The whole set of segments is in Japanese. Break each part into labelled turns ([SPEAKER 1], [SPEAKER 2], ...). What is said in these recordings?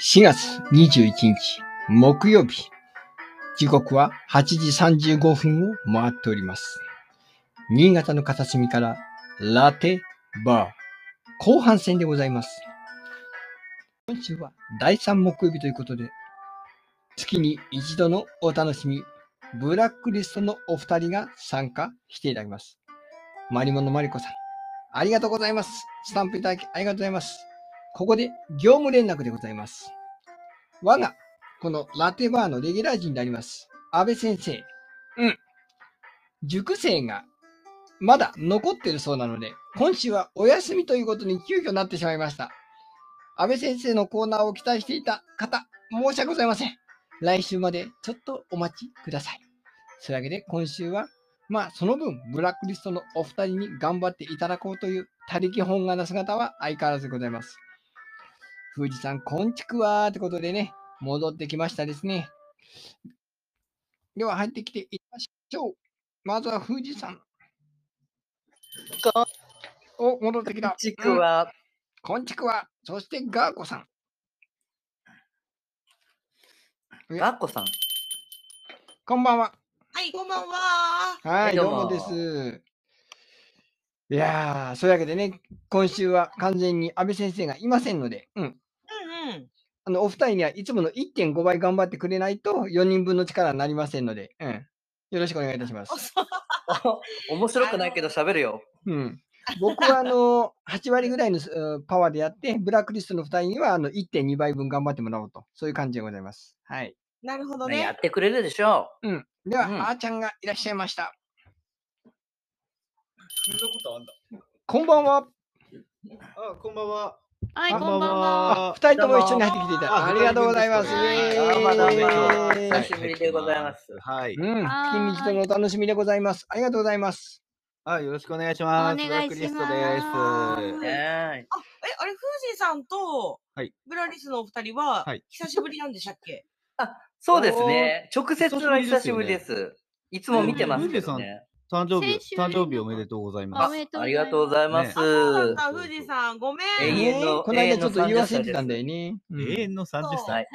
[SPEAKER 1] 4月21日木曜日。時刻は8時35分を回っております。新潟の片隅からラテバー後半戦でございます。今週は第3木曜日ということで、月に一度のお楽しみ、ブラックリストのお二人が参加していただきます。マリモのマリコさん、ありがとうございます。スタンプいただきありがとうございます。ここで業務連絡でございます。我が、このラテバーのレギュラー陣であります、安倍先生。うん。塾生が、まだ残ってるそうなので、今週はお休みということに急遽なってしまいました。安倍先生のコーナーを期待していた方、申し訳ございません。来週までちょっとお待ちください。そういうわけで今週は、まあその分、ブラックリストのお二人に頑張っていただこうという、他力本願な姿は相変わらずでございます。富士山、こんちくわーってことでね、戻ってきましたですね。では入ってきていきましょう。まずは富士山。
[SPEAKER 2] こ
[SPEAKER 1] お、戻ってきた。
[SPEAKER 2] ちくわ。
[SPEAKER 1] こんちくわ。そしてガーコさん。うん
[SPEAKER 2] ガッコさん。
[SPEAKER 1] こんばんは。
[SPEAKER 3] はい、こんばんは。
[SPEAKER 1] はい、
[SPEAKER 2] ど
[SPEAKER 1] どう
[SPEAKER 2] うも
[SPEAKER 1] もです。いやー、そういうわけでね、今週は完全に安倍先生がいませんので、うん。
[SPEAKER 3] うんうん。
[SPEAKER 1] あの、お二人にはいつもの1.5倍頑張ってくれないと、4人分の力になりませんので、うん。よろしくお願いいたします。
[SPEAKER 2] 面白くないけど喋るよ。
[SPEAKER 1] うん、僕はあの8割ぐらいのすうんパワーでやって、ブラックリストの2人にはあの1.2倍分頑張ってもらおうと、そういう感じでございます。はい。
[SPEAKER 3] なるほど
[SPEAKER 2] ねや
[SPEAKER 3] ね
[SPEAKER 2] っ。てくれるでしょ
[SPEAKER 1] うん、では、
[SPEAKER 2] うん
[SPEAKER 1] あーちゃんがいらっしゃいました。
[SPEAKER 4] そんなことあんだ。
[SPEAKER 1] こんばんは。
[SPEAKER 4] あ、こんばんは。
[SPEAKER 5] はい、
[SPEAKER 4] こ
[SPEAKER 5] こ
[SPEAKER 4] ん
[SPEAKER 5] ん
[SPEAKER 4] ば
[SPEAKER 5] ば
[SPEAKER 4] んは
[SPEAKER 5] んは。
[SPEAKER 1] 2人とも一緒に入ってきていただいて
[SPEAKER 4] あ
[SPEAKER 1] ありがとうございます。
[SPEAKER 4] こ
[SPEAKER 1] イ
[SPEAKER 4] んばんは
[SPEAKER 1] エ
[SPEAKER 2] どうもどうも
[SPEAKER 1] ーイ
[SPEAKER 2] 久しぶりでございます
[SPEAKER 4] はい。
[SPEAKER 1] うん、
[SPEAKER 5] は
[SPEAKER 1] 月
[SPEAKER 5] ーい
[SPEAKER 1] に一度のお楽しみでございます。ありがとうございます。
[SPEAKER 4] あ、よろしくお願いします。
[SPEAKER 5] お願いし
[SPEAKER 4] ブラック
[SPEAKER 5] ます
[SPEAKER 4] リスト
[SPEAKER 2] う。
[SPEAKER 4] で
[SPEAKER 2] ね
[SPEAKER 4] す。
[SPEAKER 2] え
[SPEAKER 3] あ、え、あれ、フージーさんと、
[SPEAKER 4] はい
[SPEAKER 3] ブラリスのお二人は、
[SPEAKER 4] はい
[SPEAKER 3] 久しぶりなんでしたっけ
[SPEAKER 2] そうですね。直接は久しぶりです。いつも見てますけどね。
[SPEAKER 4] 誕生日、
[SPEAKER 5] 先週よ
[SPEAKER 4] 誕生
[SPEAKER 5] り
[SPEAKER 4] 日おめでとうござい
[SPEAKER 5] あ
[SPEAKER 2] あ
[SPEAKER 5] お
[SPEAKER 4] ます。
[SPEAKER 5] めでとうご
[SPEAKER 2] あ
[SPEAKER 5] ざいます
[SPEAKER 2] りがとうございます。
[SPEAKER 3] なんだ、
[SPEAKER 4] そう
[SPEAKER 3] フ
[SPEAKER 4] そう
[SPEAKER 3] ージーさん、ごめ
[SPEAKER 2] 永
[SPEAKER 3] ん。
[SPEAKER 2] 遠の
[SPEAKER 1] ねこの間ちょっと
[SPEAKER 2] 永遠
[SPEAKER 1] 言
[SPEAKER 2] の
[SPEAKER 1] わせてたんだよね。うん
[SPEAKER 4] 永遠の三十歳。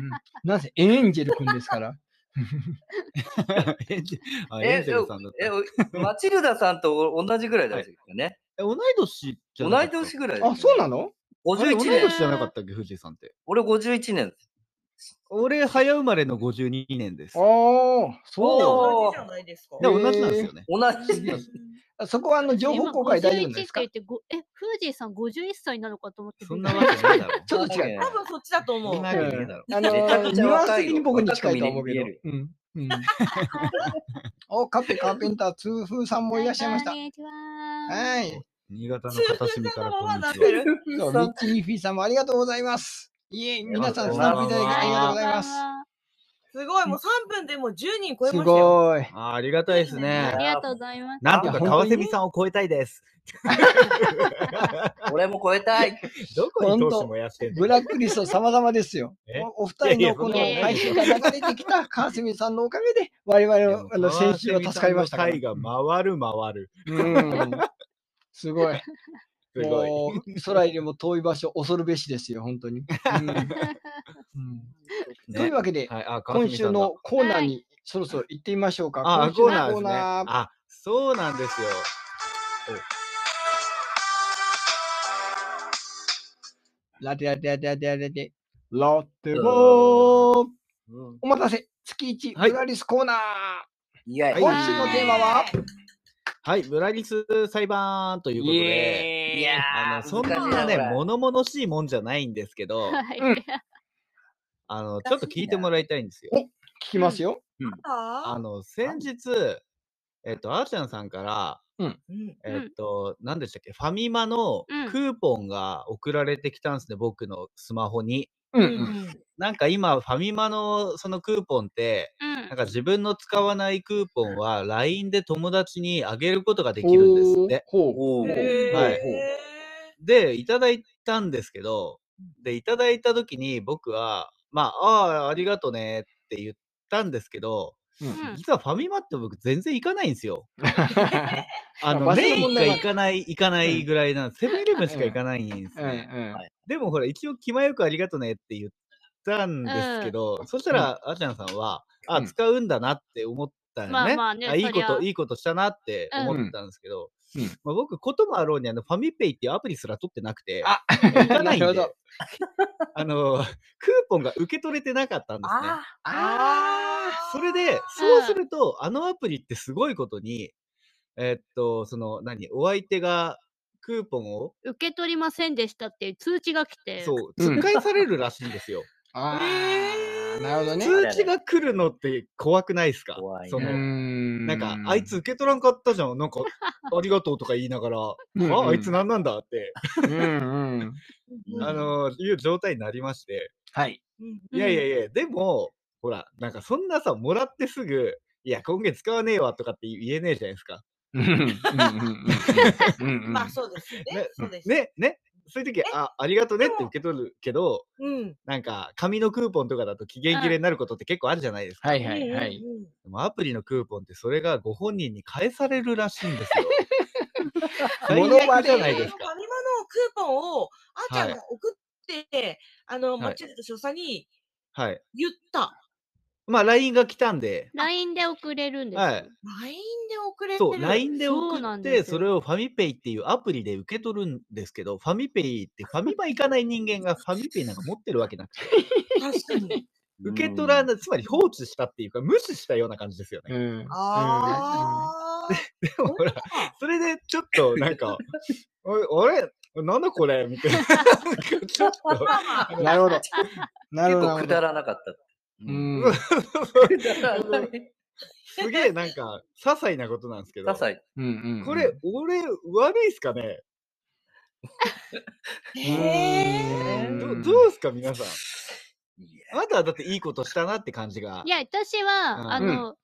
[SPEAKER 1] うんなんせエンジェル君です から。
[SPEAKER 4] エンジェル あ
[SPEAKER 2] え
[SPEAKER 4] エンジェルさんだった。
[SPEAKER 2] え
[SPEAKER 4] え、、
[SPEAKER 2] おマチルダさんと同じぐらいだよね。
[SPEAKER 4] 同い年じ
[SPEAKER 2] 同
[SPEAKER 4] ゃない
[SPEAKER 2] 年ぐらいだよ
[SPEAKER 1] あ、
[SPEAKER 2] ね。
[SPEAKER 1] そうなの
[SPEAKER 4] 同い
[SPEAKER 2] 51
[SPEAKER 4] 年
[SPEAKER 2] 年。
[SPEAKER 4] じゃなかったっけ、富士山って。
[SPEAKER 2] 俺51年。
[SPEAKER 4] 俺、早生まれの52年です。
[SPEAKER 1] おー、そう。
[SPEAKER 3] 同じじゃないですか。
[SPEAKER 4] でも同じなんですよね。
[SPEAKER 2] 同じ
[SPEAKER 1] いやあそこはあの情報公開大丈夫ですか
[SPEAKER 5] 今51って言ってごえ、フージーさん51歳なのかと思って。
[SPEAKER 4] そんなわけないだろ。
[SPEAKER 1] ちょっと違う。
[SPEAKER 3] 多分そっちだと思
[SPEAKER 4] そん
[SPEAKER 3] う
[SPEAKER 4] な。わけねえだろ。
[SPEAKER 1] あの
[SPEAKER 2] めちゃく
[SPEAKER 1] ー、ニ
[SPEAKER 2] ちゃ
[SPEAKER 1] ュアンス
[SPEAKER 2] 若いよ
[SPEAKER 1] 的に僕に近いとは思うけど
[SPEAKER 2] 若く。
[SPEAKER 1] うんうんお、カペカーペンター、通風 さんもいらっしゃいました
[SPEAKER 5] こ。んにちは。
[SPEAKER 1] は
[SPEAKER 5] はい。
[SPEAKER 1] い。
[SPEAKER 4] 新潟の片隅からこんにちは。
[SPEAKER 1] そう、ミッチーミッフィーさんもありがとうございます。いえ、皆さんスタンプいただきありがとうございます。
[SPEAKER 3] すごい、もう3分でもう10人超え
[SPEAKER 1] す
[SPEAKER 3] ましたよ。
[SPEAKER 1] ごい。
[SPEAKER 4] あありがたいです
[SPEAKER 5] あ
[SPEAKER 4] ね。
[SPEAKER 5] りがとうございます。
[SPEAKER 4] なんとか川蝉さんを超えたいです。
[SPEAKER 2] 俺も超えた い。
[SPEAKER 4] どこに闘志燃やしてん
[SPEAKER 1] ブ
[SPEAKER 4] の
[SPEAKER 1] ラックリスト様々ですよ
[SPEAKER 4] え。
[SPEAKER 1] おお二人のこの
[SPEAKER 5] いやいや
[SPEAKER 1] 配信が流れてきた川澄さんのおかげで、我々のあの先週は助かりましたから。
[SPEAKER 4] 回が回る回る。
[SPEAKER 1] うん。すごい。
[SPEAKER 4] すごい。
[SPEAKER 1] もう空よりも遠い場所、恐るべしですよ、本当に。うんうん
[SPEAKER 4] ね
[SPEAKER 1] というわけで、
[SPEAKER 4] はい、あ、川
[SPEAKER 1] 今
[SPEAKER 4] 澄
[SPEAKER 1] 週
[SPEAKER 4] さんだ
[SPEAKER 1] のコーナー
[SPEAKER 5] はい
[SPEAKER 1] にそろそろ行ってみましょうか。
[SPEAKER 4] あ、
[SPEAKER 1] 今週
[SPEAKER 4] コ
[SPEAKER 1] の
[SPEAKER 4] ーナーですね。
[SPEAKER 1] コーナー
[SPEAKER 4] あ、そうなんですよ。
[SPEAKER 1] ラテラテラテラテラテ。ラテ
[SPEAKER 2] うん
[SPEAKER 1] ボーお待たせ月一
[SPEAKER 4] はい
[SPEAKER 1] プラリスコーナー、
[SPEAKER 2] いやいや
[SPEAKER 4] は
[SPEAKER 1] 今
[SPEAKER 4] い
[SPEAKER 1] 週のテーマは
[SPEAKER 4] はい、ブラリス裁判ということ
[SPEAKER 1] イ
[SPEAKER 4] で、
[SPEAKER 1] エーイ
[SPEAKER 2] いや
[SPEAKER 4] あの
[SPEAKER 2] ー、
[SPEAKER 4] そん
[SPEAKER 2] 難しい
[SPEAKER 4] なね、
[SPEAKER 2] これ
[SPEAKER 4] 物々しいもんじゃないんですけど、
[SPEAKER 5] はい。
[SPEAKER 1] うん
[SPEAKER 4] あの、ちょっと聞いてもらいたいんですよ。
[SPEAKER 1] 聞きますよ。
[SPEAKER 4] あ
[SPEAKER 3] あ
[SPEAKER 4] の、先日、えっと、あーちゃんさんから、
[SPEAKER 3] うん
[SPEAKER 5] ん
[SPEAKER 4] えっと、何でしたっけ、ファミマの
[SPEAKER 5] うん
[SPEAKER 4] クーポンが送られてきたんですね、僕のスマホに。
[SPEAKER 1] うん
[SPEAKER 3] う
[SPEAKER 1] うん。
[SPEAKER 3] ん
[SPEAKER 4] なんか今、ファミマのそのクーポンって、
[SPEAKER 5] うん。
[SPEAKER 4] なんか自分の使わないクーポンは LINE で友達にあげることができるんですって。
[SPEAKER 1] ほう。
[SPEAKER 2] お
[SPEAKER 3] うん。
[SPEAKER 2] ー
[SPEAKER 3] へー
[SPEAKER 4] はい
[SPEAKER 3] へ
[SPEAKER 4] で、いただいたんですけど、で、いただいた時に僕は、まあ、ああ、ありがとねって言ったんですけど、
[SPEAKER 5] うん
[SPEAKER 4] 実はファミマって僕全然行かないんですよ。あ
[SPEAKER 1] 場所
[SPEAKER 4] の、
[SPEAKER 1] の
[SPEAKER 4] メイ
[SPEAKER 1] 問
[SPEAKER 4] ンが
[SPEAKER 1] 題が
[SPEAKER 4] 行かない、行かないぐらいなんです。セブンイレブンしか行かないんで す
[SPEAKER 1] うんう
[SPEAKER 4] ね。
[SPEAKER 1] ん
[SPEAKER 2] はい
[SPEAKER 4] でもほら、一応、気前よくありがとねって言ったんですけど、そしたら、あちゃんさんは、
[SPEAKER 1] う
[SPEAKER 4] あ、
[SPEAKER 1] ん
[SPEAKER 4] 使うんだなって思ったんよね。
[SPEAKER 5] まあまあね
[SPEAKER 4] いいこ
[SPEAKER 5] そり
[SPEAKER 4] と、
[SPEAKER 5] ゃ
[SPEAKER 4] いいことしたなって思ったんですけど、
[SPEAKER 1] うんうん
[SPEAKER 4] まあ、僕、こともあろうに、あの、ファミペイっていうアプリすら取ってなくて、
[SPEAKER 1] あ
[SPEAKER 4] 行かないんで
[SPEAKER 1] なるほど
[SPEAKER 4] あの、クーポンが受け取れてなかったんですね。
[SPEAKER 3] あ
[SPEAKER 1] あ
[SPEAKER 4] それで、そうすると、あのアプリってすごいことに、えっと、その、何、お相手がクーポンを、
[SPEAKER 5] 受け取りませんでしたっていう通知が来て。
[SPEAKER 4] そう、
[SPEAKER 1] うん
[SPEAKER 4] 突っ返されるらしいんですよ。
[SPEAKER 1] ああーなるほどね。
[SPEAKER 4] 通知が来るのって怖くないですか
[SPEAKER 2] 怖いね
[SPEAKER 4] そ
[SPEAKER 1] ー
[SPEAKER 4] の、
[SPEAKER 1] ん
[SPEAKER 4] なんか、あいつ、受け取らんかったじゃん。なんか、ありがとうとか言いながら、
[SPEAKER 1] うん
[SPEAKER 4] あ、あいつなんなんだって、
[SPEAKER 1] うんうん。
[SPEAKER 2] うん
[SPEAKER 4] あの、いう状態になりまして。
[SPEAKER 1] はい。
[SPEAKER 3] うん
[SPEAKER 5] うん
[SPEAKER 4] いやいやいや、でも、ほら、なんかそんなさ、もらってすぐ、いや、今月使わねえわとかって言えねえじゃないですか。
[SPEAKER 1] うんうんうんうんうん
[SPEAKER 3] まあそうですよね
[SPEAKER 4] ね。
[SPEAKER 3] そうです。。
[SPEAKER 4] ね、ね。そういう時、あ、ありがとねっ
[SPEAKER 3] で
[SPEAKER 4] て
[SPEAKER 3] も
[SPEAKER 4] 受け取るけど、
[SPEAKER 3] うん。
[SPEAKER 4] なんか、紙のクーポンとかだと期限切れになることって結構あるじゃないですか。
[SPEAKER 1] はいはいはい。
[SPEAKER 3] うんうんうん。
[SPEAKER 4] でもアプリのクーポンってそれがご本人に返されるらしいんですよ。最
[SPEAKER 1] 物ま
[SPEAKER 4] 悪
[SPEAKER 1] ね
[SPEAKER 4] じゃないです
[SPEAKER 3] ファミ
[SPEAKER 4] か。
[SPEAKER 3] マのクーポンを、あーちゃんが送って、あの、
[SPEAKER 4] い
[SPEAKER 3] 間違えた少佐に
[SPEAKER 4] はい。
[SPEAKER 3] 言った。
[SPEAKER 4] まあ、LINE が来たんで、
[SPEAKER 5] LINE で送れるんですよ。
[SPEAKER 4] はい。
[SPEAKER 3] LINE で送れてる。
[SPEAKER 4] そう、LINE で
[SPEAKER 5] そう
[SPEAKER 4] 送
[SPEAKER 5] な
[SPEAKER 4] っ
[SPEAKER 5] ん
[SPEAKER 4] て、
[SPEAKER 5] ですよ
[SPEAKER 4] それをファミペイっていうアプリで受け取るんですけど、ファミペイってファミマ行かない人間がファミペイなんか持ってるわけなくて、
[SPEAKER 3] 確かに。
[SPEAKER 4] 受け取らない、つまり放置したっていうか、無視したような感じですよね。
[SPEAKER 1] うん
[SPEAKER 3] ああ。
[SPEAKER 4] でもほら、それでちょっとなんか、おいあれなんだこれみたいな。なんかちょっと、
[SPEAKER 3] まあまあ
[SPEAKER 1] うんなるほど。なるほ
[SPEAKER 2] 結
[SPEAKER 1] ど。な
[SPEAKER 2] 構
[SPEAKER 1] るほ
[SPEAKER 2] く
[SPEAKER 1] ど
[SPEAKER 2] だらなかった。
[SPEAKER 1] うん。
[SPEAKER 2] くだらない。
[SPEAKER 4] すげえなんか、些細なことなんですけど
[SPEAKER 2] ダ、サい。
[SPEAKER 1] うんうんうん
[SPEAKER 4] これ、俺、悪いっすかね
[SPEAKER 3] へ
[SPEAKER 1] う
[SPEAKER 3] え。
[SPEAKER 1] ん
[SPEAKER 4] どどうっすか皆さん。
[SPEAKER 2] いや
[SPEAKER 4] あなたはだっていいことしたなって感じが
[SPEAKER 5] い。や、私は、
[SPEAKER 4] うん
[SPEAKER 5] あの、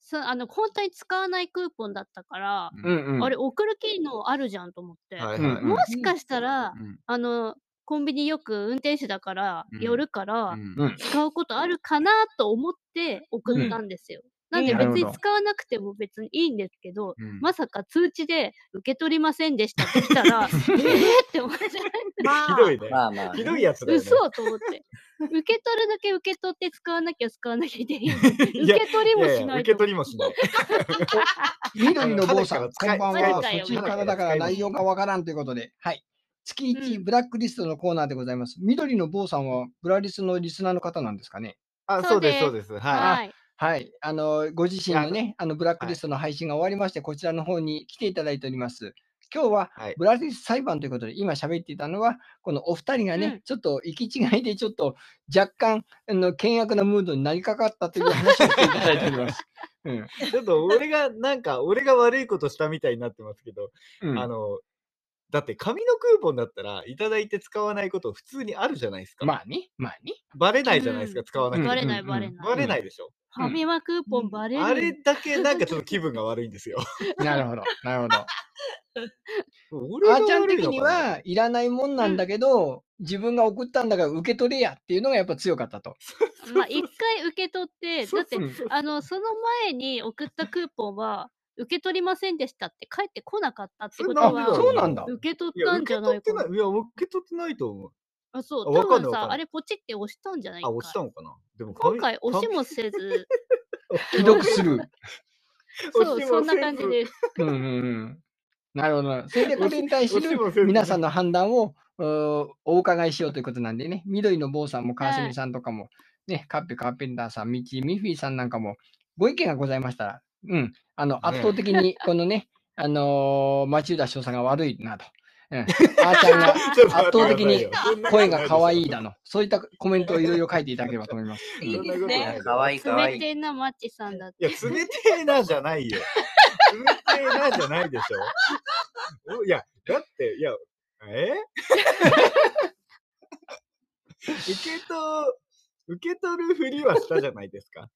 [SPEAKER 5] そあの、本当に使わないクーポンだったから、
[SPEAKER 1] うんうん。
[SPEAKER 5] あれ、送る機能あるじゃんと思って。
[SPEAKER 4] はい
[SPEAKER 1] うん
[SPEAKER 4] は
[SPEAKER 1] う
[SPEAKER 4] い。
[SPEAKER 1] ん
[SPEAKER 5] もしかしたら、
[SPEAKER 4] うん
[SPEAKER 5] あの、コンビニよく運転手だから、
[SPEAKER 4] うん
[SPEAKER 5] 寄るから、
[SPEAKER 4] うん
[SPEAKER 1] うん。
[SPEAKER 5] 使うことあるかなと思って送ったんですよ。なんで
[SPEAKER 3] うん
[SPEAKER 5] 別
[SPEAKER 1] なるほ
[SPEAKER 5] に
[SPEAKER 1] ど
[SPEAKER 5] 使わなくても別にいいんですけど、
[SPEAKER 4] うん
[SPEAKER 5] まさか通知で受け取りませんでしたって来たら、えーって思って、
[SPEAKER 3] まあ、
[SPEAKER 4] ひどいね。
[SPEAKER 2] ま あまあね。
[SPEAKER 4] ひどいやつだよね。
[SPEAKER 5] 嘘と思って。受け取るだけ受け取って使わなきゃ使わなきゃいけない。受け
[SPEAKER 4] いや
[SPEAKER 5] 取りも
[SPEAKER 4] いやいや
[SPEAKER 5] しない
[SPEAKER 4] 受
[SPEAKER 5] と
[SPEAKER 4] け取りもしない。
[SPEAKER 1] 緑の坊さん、こんばんは。
[SPEAKER 5] 使い
[SPEAKER 1] そちらからだから内容がわからんということで、はい。月
[SPEAKER 5] う
[SPEAKER 1] 1
[SPEAKER 5] ん
[SPEAKER 1] ブラックリストのコーナーでございます。緑の坊さんは、ブラリスのリスナーの方なんですかね。
[SPEAKER 4] あ、
[SPEAKER 5] そ
[SPEAKER 4] そうう
[SPEAKER 5] で
[SPEAKER 4] ですす、そうです。は
[SPEAKER 5] はい。
[SPEAKER 1] はい。あの、ご自身のね、あの、ブラックリストの配信が終わりまして、こちらの方に来ていただいております。今日は
[SPEAKER 4] はい、
[SPEAKER 1] ブラリス裁判ということで、今喋っていたのは、このお二人がね、
[SPEAKER 5] うん
[SPEAKER 1] ちょっと行き違いで、ちょっと若干、あの、険悪なムードになりかかったという話をしていただいております。うん。
[SPEAKER 4] い。ちょっと俺が、なんか、俺が悪いことしたみたいになってますけど、
[SPEAKER 1] うん、
[SPEAKER 4] あの、だって紙のクーポンだったら、いただいて使わないこと普通にあるじゃないですか。
[SPEAKER 1] まあね、まあね。
[SPEAKER 4] バレないじゃないですか、
[SPEAKER 5] うん
[SPEAKER 4] 使わなくて。
[SPEAKER 5] バレない
[SPEAKER 1] うん
[SPEAKER 5] バレない。
[SPEAKER 4] バレないでしょ。
[SPEAKER 5] ファミマクーポンバレる。
[SPEAKER 4] あれだけなんかちょっと気分が悪いん ですよ。
[SPEAKER 1] なるほど、なるほど。
[SPEAKER 4] 俺
[SPEAKER 1] あ
[SPEAKER 4] が
[SPEAKER 1] ーちゃん
[SPEAKER 4] 悪い
[SPEAKER 1] 的
[SPEAKER 4] の
[SPEAKER 1] に
[SPEAKER 4] かな
[SPEAKER 1] は、いらないもんなんだけど、自分が送ったんだから受け取れやっていうのがやっぱ強かったと。
[SPEAKER 5] まあ、一回受け取って、だって
[SPEAKER 1] う、ん
[SPEAKER 5] あの、その前に送ったクーポンは、受け取りませんでしたって返ってこなかったってこと
[SPEAKER 1] あ
[SPEAKER 4] なんでだろ
[SPEAKER 5] は、
[SPEAKER 1] そうなんだ。
[SPEAKER 5] 受け取
[SPEAKER 4] い
[SPEAKER 5] っ
[SPEAKER 4] や、
[SPEAKER 5] たん
[SPEAKER 4] 受
[SPEAKER 5] じ
[SPEAKER 4] け
[SPEAKER 5] ゃな
[SPEAKER 4] 取っ
[SPEAKER 5] い
[SPEAKER 4] て
[SPEAKER 5] か
[SPEAKER 4] な。。
[SPEAKER 5] ない
[SPEAKER 4] いや、受け取ってないと思う。
[SPEAKER 5] あ、そう。
[SPEAKER 4] あわ
[SPEAKER 5] 多
[SPEAKER 4] かんないわか
[SPEAKER 5] 分
[SPEAKER 4] ん
[SPEAKER 5] さ、
[SPEAKER 4] ない
[SPEAKER 5] あれポチって押したんじゃない
[SPEAKER 4] あ、
[SPEAKER 5] か。
[SPEAKER 4] 押したのかな。でも紙、
[SPEAKER 5] 今回押しもせず、
[SPEAKER 1] 既読する。
[SPEAKER 4] 紙
[SPEAKER 5] そ う、
[SPEAKER 4] 押しも
[SPEAKER 5] そんな感じ
[SPEAKER 4] せず
[SPEAKER 5] です。
[SPEAKER 1] うんうんうん。なるほどな。それでこれに対す
[SPEAKER 4] 押し
[SPEAKER 1] る
[SPEAKER 4] もせず
[SPEAKER 1] 皆さんの判断をうーお伺いしようということなんでね、緑の坊さんも川澄さんとかも、ね、カッペカーペンダーさん、ミッチーミッフィーさんなんかも、ご意見がございましたら、うん、あの、圧倒的にこのね、あのー、町浦翔さんが悪いなと。 うん、あーちゃんが
[SPEAKER 4] ちょっと
[SPEAKER 1] 圧倒的に 声が可愛い
[SPEAKER 4] だ
[SPEAKER 1] だの。そういったコメントをいろいろ書いていただければと思い ます。
[SPEAKER 3] いい
[SPEAKER 1] うん
[SPEAKER 3] ですね。
[SPEAKER 2] かわいいかわ
[SPEAKER 5] 冷
[SPEAKER 2] い
[SPEAKER 5] て
[SPEAKER 2] い。
[SPEAKER 5] えなマッチさんだって。
[SPEAKER 4] いや、冷てえなじゃないよ。冷てえなじゃないでしょ。おいや、だって、いや、え 受け取、受け取るふりはしたじゃないですか。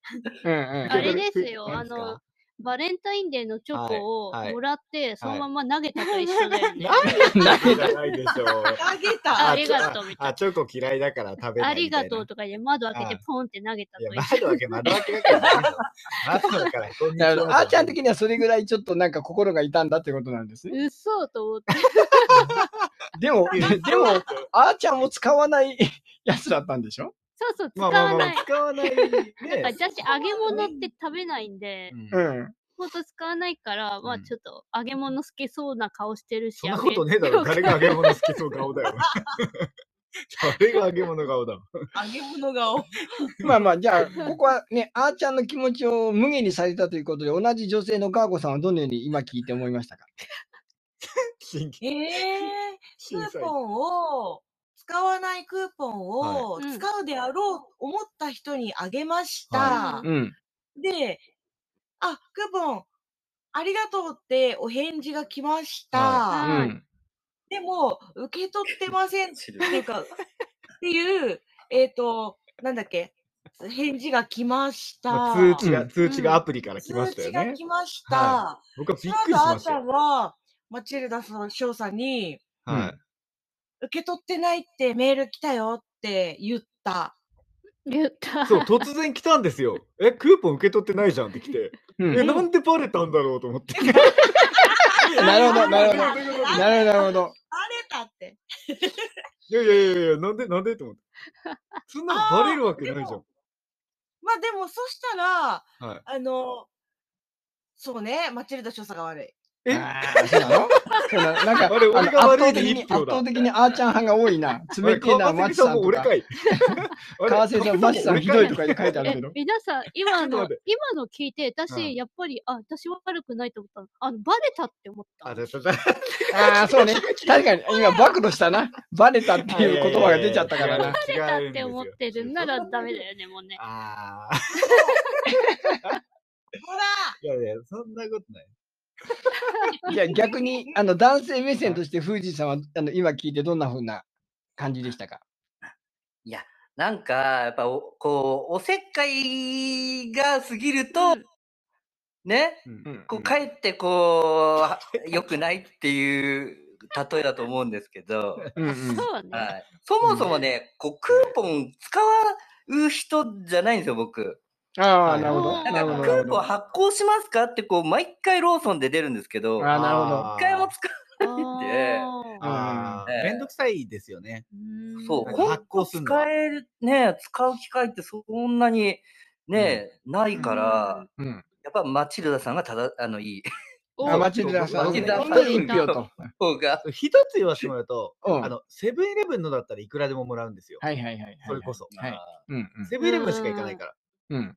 [SPEAKER 1] うんうん
[SPEAKER 5] あれです
[SPEAKER 4] い
[SPEAKER 5] よ、
[SPEAKER 4] や
[SPEAKER 5] あの、バレンタインデーのチョコ
[SPEAKER 4] はいは
[SPEAKER 5] を
[SPEAKER 4] い
[SPEAKER 5] もらって、そのまま投げたと一緒だよね。
[SPEAKER 4] なんでじゃないでしょう。
[SPEAKER 3] あげ
[SPEAKER 5] あ
[SPEAKER 3] た。
[SPEAKER 5] りがとうみたいな
[SPEAKER 4] あ、チョコ嫌いだから食べな
[SPEAKER 5] あ
[SPEAKER 4] いみ
[SPEAKER 5] り
[SPEAKER 4] たいな。
[SPEAKER 5] がとうとかで窓開け
[SPEAKER 4] あ
[SPEAKER 5] てポンって投げた
[SPEAKER 4] いや、
[SPEAKER 5] と一
[SPEAKER 4] 窓開け、
[SPEAKER 5] 緒。
[SPEAKER 4] 窓開けだからないよ。窓だから、こんにち
[SPEAKER 1] なるほど。
[SPEAKER 4] は
[SPEAKER 1] あーちゃん的にはそれぐらいちょっとなんか心が痛んだってことなんですね。
[SPEAKER 5] 嘘と思って。
[SPEAKER 1] で も、でも、あーちゃんも使わないやつだったんでしょ
[SPEAKER 5] そうそう、使
[SPEAKER 4] ま
[SPEAKER 5] わ
[SPEAKER 4] あまあま
[SPEAKER 5] な
[SPEAKER 4] あ
[SPEAKER 5] い。、
[SPEAKER 4] 使わない。ね
[SPEAKER 5] なんか私、揚げ物って食べないんで
[SPEAKER 4] う、ん
[SPEAKER 1] うん。
[SPEAKER 5] ほんと使わないから、ま
[SPEAKER 4] う
[SPEAKER 5] あ
[SPEAKER 4] ん
[SPEAKER 5] ちょっと揚げ物好きそうな顔してるし。
[SPEAKER 4] そんなことねえだ ろ。誰が揚げ物好きそう顔だよ。誰が揚げ物顔だよ。
[SPEAKER 3] 揚げ物顔。
[SPEAKER 1] まあまあ、じゃあ、ここはね、あーちゃんの気持ちを無限にされたということで、同じ女性のガーゴさんはどのように今聞いて思いましたか
[SPEAKER 4] 新規
[SPEAKER 3] ええク
[SPEAKER 4] 審
[SPEAKER 3] ー
[SPEAKER 4] 査員
[SPEAKER 3] ポンを、使わないクーポンを
[SPEAKER 5] はいうん
[SPEAKER 3] 使うであろう、思った人にあげました。
[SPEAKER 4] は
[SPEAKER 1] うん。
[SPEAKER 3] で、あ、クーポン、ありがとうってお返事が来ました。
[SPEAKER 1] う
[SPEAKER 5] は
[SPEAKER 1] ん。
[SPEAKER 3] でも、受け取ってま せんっ
[SPEAKER 2] 知
[SPEAKER 3] ていう
[SPEAKER 2] る
[SPEAKER 3] か、っていう、えっ、と、なんだっけ、返事が来ました。
[SPEAKER 4] まあ通知
[SPEAKER 1] う
[SPEAKER 4] が、
[SPEAKER 1] ん
[SPEAKER 4] 通知がアプリから来まし
[SPEAKER 3] 通
[SPEAKER 4] た
[SPEAKER 3] 知
[SPEAKER 4] よ
[SPEAKER 3] が
[SPEAKER 4] ね。
[SPEAKER 3] 来ました。
[SPEAKER 4] は僕はびっくりし
[SPEAKER 3] あ
[SPEAKER 4] ま
[SPEAKER 3] な
[SPEAKER 4] した
[SPEAKER 3] た
[SPEAKER 4] よ。
[SPEAKER 3] は、マチルダさん、翔さんに、
[SPEAKER 1] たは
[SPEAKER 4] はい。
[SPEAKER 3] 受け取ってないってメール来たよって言った。
[SPEAKER 5] 言った。
[SPEAKER 4] そう、突然来たんですよ。え、クーポン受け取ってないじゃんって来て。
[SPEAKER 1] うん
[SPEAKER 4] え、なんでバレたんだろうと思って。
[SPEAKER 1] なるほど、なるほど。なるほど、なるほど。
[SPEAKER 3] あれたって。
[SPEAKER 4] いやいやいやいや、なんで、なんでと思って。そんなのバレるわけないじゃん。
[SPEAKER 3] まあでも、そしたら、
[SPEAKER 4] はい。
[SPEAKER 3] あの、そうね、マチルダ少佐が悪い。
[SPEAKER 4] え
[SPEAKER 1] あーそうなのそうなのなんか、
[SPEAKER 4] あれ俺が
[SPEAKER 1] の圧
[SPEAKER 4] 悪
[SPEAKER 1] 倒
[SPEAKER 4] いで
[SPEAKER 1] 的に、
[SPEAKER 4] 一
[SPEAKER 1] 圧
[SPEAKER 4] 票だ
[SPEAKER 1] 倒的にあーちゃん派が多いな。冷てえな、マ
[SPEAKER 4] マ
[SPEAKER 1] チ
[SPEAKER 4] チ
[SPEAKER 1] さ
[SPEAKER 4] さん
[SPEAKER 1] ん
[SPEAKER 4] も
[SPEAKER 1] と
[SPEAKER 4] 俺
[SPEAKER 1] か。
[SPEAKER 4] かい。
[SPEAKER 1] 川瀬さん、マチさんひどいと
[SPEAKER 4] か。
[SPEAKER 1] か書いてある
[SPEAKER 5] え
[SPEAKER 1] けど。
[SPEAKER 5] 皆さん、今
[SPEAKER 4] ちょ
[SPEAKER 5] の
[SPEAKER 4] っと待って、
[SPEAKER 5] 今の聞いて、
[SPEAKER 4] うん
[SPEAKER 5] 私、やっぱり、あ、私は悪くないと思ったの。あの、バレたって思った。
[SPEAKER 4] あ、だだだ。
[SPEAKER 1] ああ、そうね。確かに、今、暴露したな。バレたっていう言葉が出ちゃったからな。
[SPEAKER 5] バレたって思ってるんならダメだよね、もうね。
[SPEAKER 4] ああ。
[SPEAKER 3] ほら
[SPEAKER 4] いやいや、そんなことない。
[SPEAKER 1] じゃあ逆に、あの、男性目線として、富士さんは、あの、今聞いてどんな風な感じでしたか
[SPEAKER 2] なんか、やっぱお、こう、おせっかいが過ぎると、ね、
[SPEAKER 1] うん
[SPEAKER 2] こう、かえってこ う、良くないっていう例えだと思うんですけど、
[SPEAKER 1] うんうん。
[SPEAKER 5] そうね。
[SPEAKER 2] はい。そもそもね、こう、クーポン使う人じゃないんですよ、僕。
[SPEAKER 1] ああ、なるほど。
[SPEAKER 5] あ
[SPEAKER 2] な
[SPEAKER 5] ー
[SPEAKER 2] ん
[SPEAKER 1] な
[SPEAKER 2] か
[SPEAKER 1] るほ
[SPEAKER 2] ク
[SPEAKER 1] どなる
[SPEAKER 2] ーポン
[SPEAKER 1] ほ
[SPEAKER 2] 発行しますかって、こう、毎回ローソンで出るんですけど、
[SPEAKER 1] ど。
[SPEAKER 2] 一
[SPEAKER 1] ああ、なるほど。
[SPEAKER 2] 回も使
[SPEAKER 5] あ
[SPEAKER 4] あ
[SPEAKER 2] うん
[SPEAKER 4] ーめんどくさいですよね。
[SPEAKER 5] ー
[SPEAKER 2] う、そう、
[SPEAKER 4] うん
[SPEAKER 2] ほん
[SPEAKER 4] 発行
[SPEAKER 2] と
[SPEAKER 4] すんのは
[SPEAKER 2] 使える、ね、使う機会ってそんなに、ね、ないから、
[SPEAKER 1] うん。
[SPEAKER 2] やっぱマチルダさんがただ、あの、いい
[SPEAKER 1] あ、マチルダさん、
[SPEAKER 4] マ
[SPEAKER 1] 本
[SPEAKER 4] チルダさん
[SPEAKER 1] 当に一票と。
[SPEAKER 2] 方が。
[SPEAKER 4] 一つ言わせてもらうと、
[SPEAKER 1] うん
[SPEAKER 4] あの、セブンイレブンのだったらいくらでももらうんですよ。
[SPEAKER 1] はいはいはいはい。
[SPEAKER 4] それこそ。
[SPEAKER 1] はい。うんうん
[SPEAKER 4] セブンイレブンしか行かないから。
[SPEAKER 1] うん。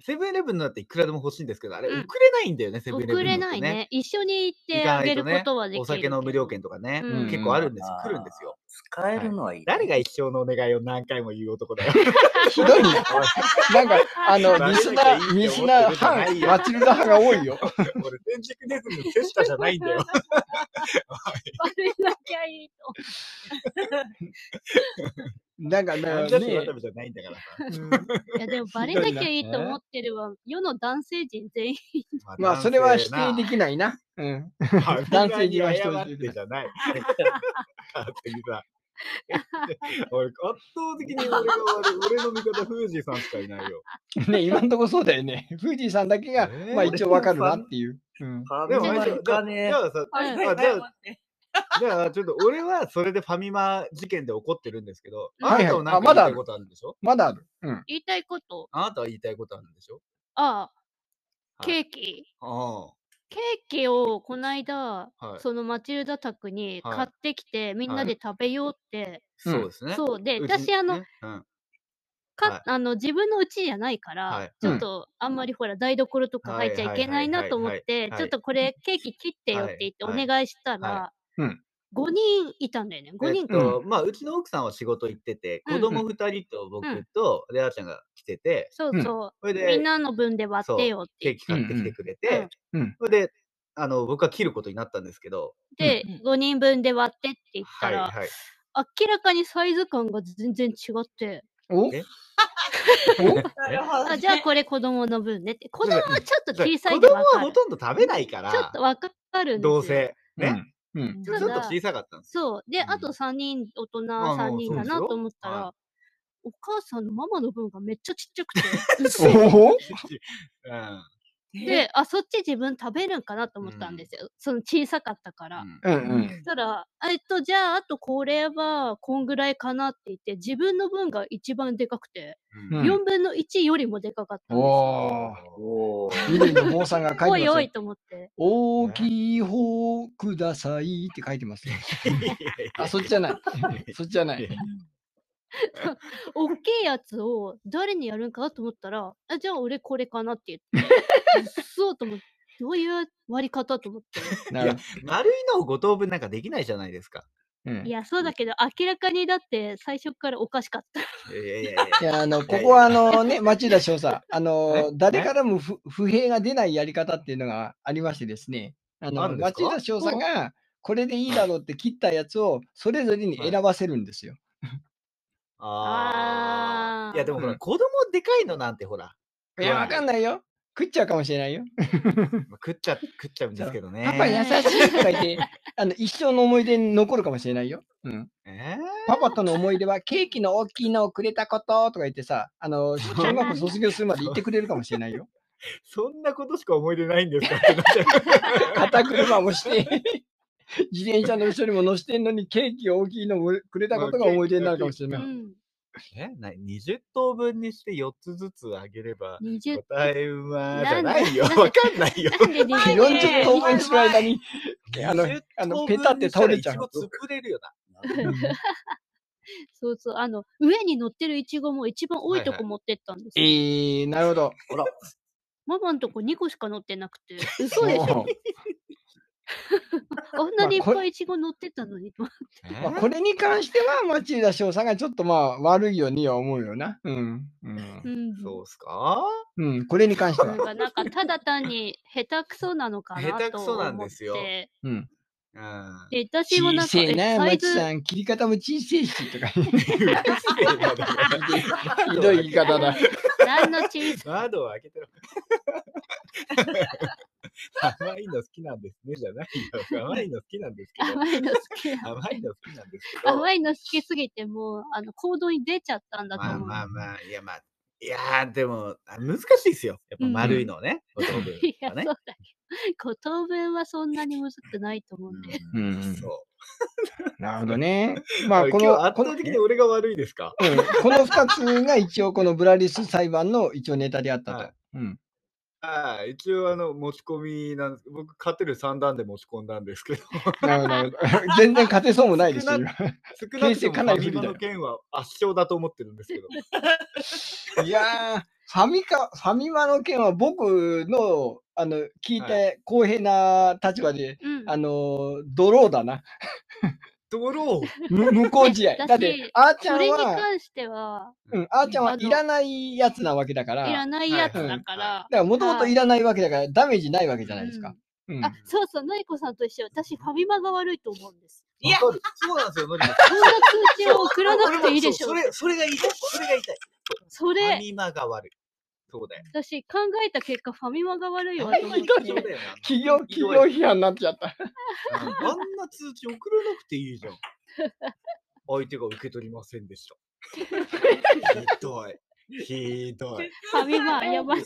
[SPEAKER 4] セブンイレブンのだっていくらでも欲しいんですけど、あれ、
[SPEAKER 5] うん
[SPEAKER 4] 送れないんだよね、セブンイレブ
[SPEAKER 5] 送
[SPEAKER 4] ンの
[SPEAKER 5] れ
[SPEAKER 4] って
[SPEAKER 5] ないね。一緒に行ってあげることはできる。
[SPEAKER 4] お酒の無料 券とかね、
[SPEAKER 5] うん
[SPEAKER 4] 結構あるんですよ
[SPEAKER 2] あ。ー
[SPEAKER 4] 来るんですよ。
[SPEAKER 2] 使えるのはいい。
[SPEAKER 4] 誰が一生のお願いを何回も言う男だよ。
[SPEAKER 1] ひどいね。なんか、あ の、
[SPEAKER 4] 慣れな
[SPEAKER 1] リ
[SPEAKER 4] きゃ
[SPEAKER 1] スナ
[SPEAKER 4] いいって
[SPEAKER 1] ー、リスナー
[SPEAKER 4] 思ってるんじゃな
[SPEAKER 1] 派、
[SPEAKER 4] いよ
[SPEAKER 1] マチルダ派が多いよ。
[SPEAKER 4] 俺、天竺ネズミの手下じゃないんだよ。
[SPEAKER 5] バレなきゃいいと。
[SPEAKER 1] なん か、
[SPEAKER 4] な
[SPEAKER 1] なんんか
[SPEAKER 4] だって
[SPEAKER 1] ね
[SPEAKER 4] 渡。部じゃないんだからさ。
[SPEAKER 5] いや、でもバレなきゃいいと思ってるわ。世の男性陣全員。
[SPEAKER 1] まあ、それは否定で
[SPEAKER 4] き
[SPEAKER 1] きないな。うん。
[SPEAKER 4] ない。
[SPEAKER 1] 男
[SPEAKER 4] 男
[SPEAKER 1] 性
[SPEAKER 4] 性
[SPEAKER 1] に
[SPEAKER 4] に
[SPEAKER 1] は
[SPEAKER 4] は
[SPEAKER 1] 否定できない
[SPEAKER 4] 謝ってじ ゃない。勝手にさ。 俺、圧倒的に俺が悪い俺の味方、フージーさんしかいないよ。
[SPEAKER 1] ね、今んとこそうだよ ね。富士さんだけが、
[SPEAKER 4] ね
[SPEAKER 1] まあ一応わかるなっていう。うん。
[SPEAKER 2] フ
[SPEAKER 4] で
[SPEAKER 2] ァ
[SPEAKER 4] も、
[SPEAKER 2] ミ
[SPEAKER 4] あ
[SPEAKER 2] マ
[SPEAKER 4] れで
[SPEAKER 2] 行
[SPEAKER 4] しょじゃ
[SPEAKER 2] か
[SPEAKER 4] あ
[SPEAKER 2] ね
[SPEAKER 4] じゃあさ、
[SPEAKER 5] はい
[SPEAKER 4] あじゃあじゃあ、ちょっと俺はそれでファミマ事件で怒ってるんですけど、
[SPEAKER 1] はいはい
[SPEAKER 4] あなたもなん
[SPEAKER 1] あま
[SPEAKER 4] か
[SPEAKER 1] だ
[SPEAKER 4] 言
[SPEAKER 1] あ
[SPEAKER 4] い
[SPEAKER 1] る
[SPEAKER 4] たいことあるんでしょ
[SPEAKER 1] まだある。うん。
[SPEAKER 5] 言いたいこと。
[SPEAKER 4] あなたは言いたいことあるんでしょ
[SPEAKER 5] ああ、
[SPEAKER 4] は
[SPEAKER 5] ケ
[SPEAKER 4] い
[SPEAKER 5] ーキ。
[SPEAKER 4] あ
[SPEAKER 5] ケーキをこないだ、
[SPEAKER 4] あ、はい。
[SPEAKER 5] そのマチルダ宅に
[SPEAKER 4] はい
[SPEAKER 5] 買ってきて、みんなで食べようって。
[SPEAKER 1] うん
[SPEAKER 4] そうですね。
[SPEAKER 5] そう。で、
[SPEAKER 4] うち
[SPEAKER 5] 私、あの、
[SPEAKER 4] ねうん
[SPEAKER 5] か、
[SPEAKER 4] はい
[SPEAKER 5] あの、自分の家じゃないから、
[SPEAKER 4] はい
[SPEAKER 5] ちょっと、あんまりほら、台所とか入っちゃいけないなと思っ
[SPEAKER 4] はいはいはいはい
[SPEAKER 5] て、
[SPEAKER 4] はい
[SPEAKER 5] ちょっとこれ、ケーキ切ってよって言ってお
[SPEAKER 4] はい
[SPEAKER 5] 願いした
[SPEAKER 4] は
[SPEAKER 5] ら、
[SPEAKER 1] うん
[SPEAKER 5] 5人いたんだよね。5
[SPEAKER 4] え
[SPEAKER 5] 人
[SPEAKER 4] っ
[SPEAKER 5] か。
[SPEAKER 4] と、まあ、うちの奥さんは仕事行ってて、
[SPEAKER 5] う
[SPEAKER 4] 子
[SPEAKER 5] ん
[SPEAKER 4] 供二人と僕
[SPEAKER 5] うん
[SPEAKER 4] と、レアちゃんが来てて、
[SPEAKER 5] そうそう。
[SPEAKER 4] それ
[SPEAKER 5] み
[SPEAKER 4] で
[SPEAKER 5] ん、なの分で割ってよって
[SPEAKER 4] ケ
[SPEAKER 5] 言っ
[SPEAKER 4] ーキ買ってきてくれ
[SPEAKER 5] うんうん
[SPEAKER 4] て
[SPEAKER 1] うんうん、
[SPEAKER 4] それで、あの、僕は切ることになったんですけど、
[SPEAKER 5] て、
[SPEAKER 3] うん
[SPEAKER 5] 5人分で割ってって言った
[SPEAKER 4] はい
[SPEAKER 5] ら、
[SPEAKER 4] はい。
[SPEAKER 5] 明らかにサイズ感が全然違って、
[SPEAKER 1] お
[SPEAKER 4] え
[SPEAKER 3] なるほどね
[SPEAKER 5] あじゃあこれ子供の分ねって。子供はちょっと
[SPEAKER 4] だから
[SPEAKER 5] 小さい
[SPEAKER 4] 子
[SPEAKER 5] で
[SPEAKER 4] 供
[SPEAKER 5] わ
[SPEAKER 4] は
[SPEAKER 5] か
[SPEAKER 4] ほ
[SPEAKER 5] る。
[SPEAKER 4] とんど食べないから、
[SPEAKER 5] ちょっとわかるんですよ。
[SPEAKER 4] どうせ。ね。
[SPEAKER 1] うん。うん。
[SPEAKER 4] ちょちょっと小さかったんですよ。
[SPEAKER 5] そう。で、
[SPEAKER 4] うん
[SPEAKER 5] あと3人、大人
[SPEAKER 4] あ
[SPEAKER 5] 3人
[SPEAKER 4] も
[SPEAKER 5] だ
[SPEAKER 4] うそうです
[SPEAKER 5] な
[SPEAKER 4] よ
[SPEAKER 5] と思ったら
[SPEAKER 4] は、
[SPEAKER 5] お母さんのママの分がめっちゃちっちゃくて、薄い
[SPEAKER 1] おお
[SPEAKER 4] うん。
[SPEAKER 5] で、あ、そっち自分食べるんかなと思ったんですよ。その小さかったから。
[SPEAKER 1] うんう
[SPEAKER 5] そ
[SPEAKER 1] ん。
[SPEAKER 5] したら、えっと、じゃあ、あとこれは、こんぐらいかなって言って、自分の分が一番でかくて、
[SPEAKER 1] うん
[SPEAKER 5] 4分の1よりもでかかったんですよ。
[SPEAKER 1] おー。
[SPEAKER 2] おー
[SPEAKER 1] 緑の坊さんが書
[SPEAKER 5] お
[SPEAKER 1] いて
[SPEAKER 5] い
[SPEAKER 1] ますよ
[SPEAKER 5] おい。と思って。
[SPEAKER 1] 大きい方くださいって書いてますよ。あ、そっちじ ゃない。そっちじゃない。
[SPEAKER 5] 大きいやつを誰にやるんかなと思ったら、あじゃあ俺これかなって言って、そうと思って、どういう割り方と思って。
[SPEAKER 1] なるほ
[SPEAKER 4] 丸いのを5等分なんかできないじゃないですか。
[SPEAKER 1] どうん
[SPEAKER 5] いや、そうだけど、明らかにだって最初からおかし かった。
[SPEAKER 4] いやいやいやいや
[SPEAKER 1] いや、あの、ここはあのね、町田翔さん、あの
[SPEAKER 4] え、
[SPEAKER 1] 誰からも不不平が出ないやり方っていうのがありましてですね、あ
[SPEAKER 4] あ
[SPEAKER 1] の、
[SPEAKER 4] るんですか
[SPEAKER 1] 町田翔さんが、これでいいだろうって切ったやつを、それぞれに選ばせるんですよ。
[SPEAKER 4] あ
[SPEAKER 5] あ
[SPEAKER 4] あ。
[SPEAKER 5] ー
[SPEAKER 4] いや、でもほ
[SPEAKER 1] う
[SPEAKER 4] ら、
[SPEAKER 1] ん
[SPEAKER 4] 子供でかいのなんてほら、
[SPEAKER 1] いや、わかんないよ。食っちゃうかもしれないよ。
[SPEAKER 4] まあ食っちゃ、食っちゃうんですけどね。
[SPEAKER 1] パパ優しいって書いて、あの、一生の思い出に残るかもしれないよ。うん。
[SPEAKER 4] え
[SPEAKER 1] パパとの思い出はケーキの大きいのをくれたこととか言ってさ、あの、中学校卒業するまで言ってくれるかもしれないよ。
[SPEAKER 4] ーそんなことしか思い出ないんです か
[SPEAKER 1] 肩車もして、自転車の後ろにも乗してんのにケーキ大きいのをくれたことが思い出になるかもしれ
[SPEAKER 5] う
[SPEAKER 1] ない。
[SPEAKER 5] ん。
[SPEAKER 4] えな ?20 等分にして4つずつあげれば、
[SPEAKER 5] 20。
[SPEAKER 4] 答えは、じ
[SPEAKER 5] な
[SPEAKER 4] ゃ
[SPEAKER 5] んで
[SPEAKER 4] ないよ。
[SPEAKER 5] なん で
[SPEAKER 4] わかんないよ。
[SPEAKER 5] なん で
[SPEAKER 3] う
[SPEAKER 5] 20
[SPEAKER 3] ん
[SPEAKER 5] ね
[SPEAKER 1] 40等分する間に、あの
[SPEAKER 4] 20
[SPEAKER 1] あの
[SPEAKER 4] 等分
[SPEAKER 1] ペタって倒れちゃう
[SPEAKER 4] にしたらイチゴ潰れるよな。
[SPEAKER 5] そうそう。あの、上に乗ってるイチゴも一番多いと
[SPEAKER 4] はい
[SPEAKER 5] こ持ってったんです
[SPEAKER 1] え
[SPEAKER 5] よ。
[SPEAKER 1] ー、なるほど。
[SPEAKER 5] ママのとこ2個しか乗ってなく て。嘘でしょ。
[SPEAKER 1] も
[SPEAKER 5] あんなにいっ
[SPEAKER 1] まあこ
[SPEAKER 5] ぱいイチゴ乗ってたのに。
[SPEAKER 1] うまあこれに関しては、町田翔さんがちょっとまあ悪いようには思うよな。うん。うん
[SPEAKER 5] う。ん。
[SPEAKER 4] そうっすか
[SPEAKER 1] うん、これに関して
[SPEAKER 5] な
[SPEAKER 1] は
[SPEAKER 5] ん。か、なんかただ単に下手くそなのかなと思って。
[SPEAKER 4] 下手くそなんですよ
[SPEAKER 5] で、
[SPEAKER 1] うん。
[SPEAKER 4] うん。
[SPEAKER 5] 私もな
[SPEAKER 1] 小せ
[SPEAKER 5] んか、
[SPEAKER 1] え
[SPEAKER 5] え
[SPEAKER 1] な、
[SPEAKER 5] サイ
[SPEAKER 1] 町
[SPEAKER 5] ズ、
[SPEAKER 1] さん。切り方も小せえし、とか。ひ
[SPEAKER 4] う るせえなだから
[SPEAKER 1] どい言い方だ。
[SPEAKER 5] 何の小さ
[SPEAKER 4] 窓を開けてる。甘いの好きなんですね、じゃないよ。甘いの好きなんですけど。
[SPEAKER 5] 甘いの好き な
[SPEAKER 4] 甘いの好きなんですけど。
[SPEAKER 5] 甘いの好きすぎて、もう、あの、行動に出ちゃったんだと
[SPEAKER 4] まあ
[SPEAKER 5] 思う。
[SPEAKER 4] まあまあ、いやまあ、いやーでも、あ難しいですよ。やっぱ丸いのね、五等分
[SPEAKER 5] いや、
[SPEAKER 4] は
[SPEAKER 5] そう
[SPEAKER 4] ね
[SPEAKER 5] だけど、こう当分はそんなにむずくないと思うんで。
[SPEAKER 1] う
[SPEAKER 4] うん
[SPEAKER 1] ん。
[SPEAKER 4] そう。
[SPEAKER 1] なるほどね。ま
[SPEAKER 4] ま
[SPEAKER 1] あ、
[SPEAKER 4] あ、
[SPEAKER 1] こ
[SPEAKER 4] こ
[SPEAKER 1] の
[SPEAKER 4] の、圧
[SPEAKER 1] この
[SPEAKER 4] 倒的に俺が悪いですか
[SPEAKER 1] うんこの2つが一応このブラリス裁判の一応ネタであったと。
[SPEAKER 4] はい
[SPEAKER 1] うん、
[SPEAKER 4] ああ、一応あの、持ち込みなんです。僕、勝てる三段で持ち込んだんですけど。
[SPEAKER 1] なるほどなるほど。 全然勝てそうもないですよ。
[SPEAKER 4] 少な
[SPEAKER 1] 今
[SPEAKER 4] 少なくと
[SPEAKER 1] 形勢
[SPEAKER 4] も
[SPEAKER 1] か
[SPEAKER 4] フ
[SPEAKER 1] な
[SPEAKER 4] ァ
[SPEAKER 1] り不
[SPEAKER 4] ミ
[SPEAKER 1] 利
[SPEAKER 4] マ
[SPEAKER 1] だよ
[SPEAKER 4] の件は圧勝だと思ってるんです けど。
[SPEAKER 1] いやー、ファミカ、ファミマの件は僕の、あの、聞い
[SPEAKER 4] は
[SPEAKER 1] て公平な立場で、
[SPEAKER 5] うん。
[SPEAKER 1] あのー、ドローだな。
[SPEAKER 4] ドロー
[SPEAKER 1] む無効 試合。
[SPEAKER 5] だし
[SPEAKER 1] だって、あーちゃ
[SPEAKER 5] そ
[SPEAKER 1] ん
[SPEAKER 5] れに
[SPEAKER 1] は、
[SPEAKER 5] 関しては、
[SPEAKER 1] うん、あーちゃんは
[SPEAKER 5] あの
[SPEAKER 1] いらないやつなわけだか
[SPEAKER 5] い
[SPEAKER 1] ら、
[SPEAKER 5] ら
[SPEAKER 1] だか
[SPEAKER 5] ないやつだから。
[SPEAKER 1] らもともといらないわけだから、ダメージないわけじゃないですか。うん
[SPEAKER 5] あ、そうそう、のりこさんと一緒。私、ファミマが悪いと思うんです。
[SPEAKER 3] いや
[SPEAKER 4] わかるそうなんですよ、の りこ
[SPEAKER 5] こんな通知を送らなくていいで しょ
[SPEAKER 4] そ。れ、それが痛い。それが痛い。
[SPEAKER 5] そ
[SPEAKER 4] ファ
[SPEAKER 5] れ、
[SPEAKER 4] ミマが悪い。そうだよ。
[SPEAKER 5] 私、考えた結果、ファミマが悪いわと思っ
[SPEAKER 4] そう
[SPEAKER 5] て。
[SPEAKER 4] だよな
[SPEAKER 1] 企業、企業批判になっちゃった。
[SPEAKER 4] あんな通知送らなくていいじゃん。 相手が受け取りませんでした。ひどい。ひどい。
[SPEAKER 5] ファミマ、やばい。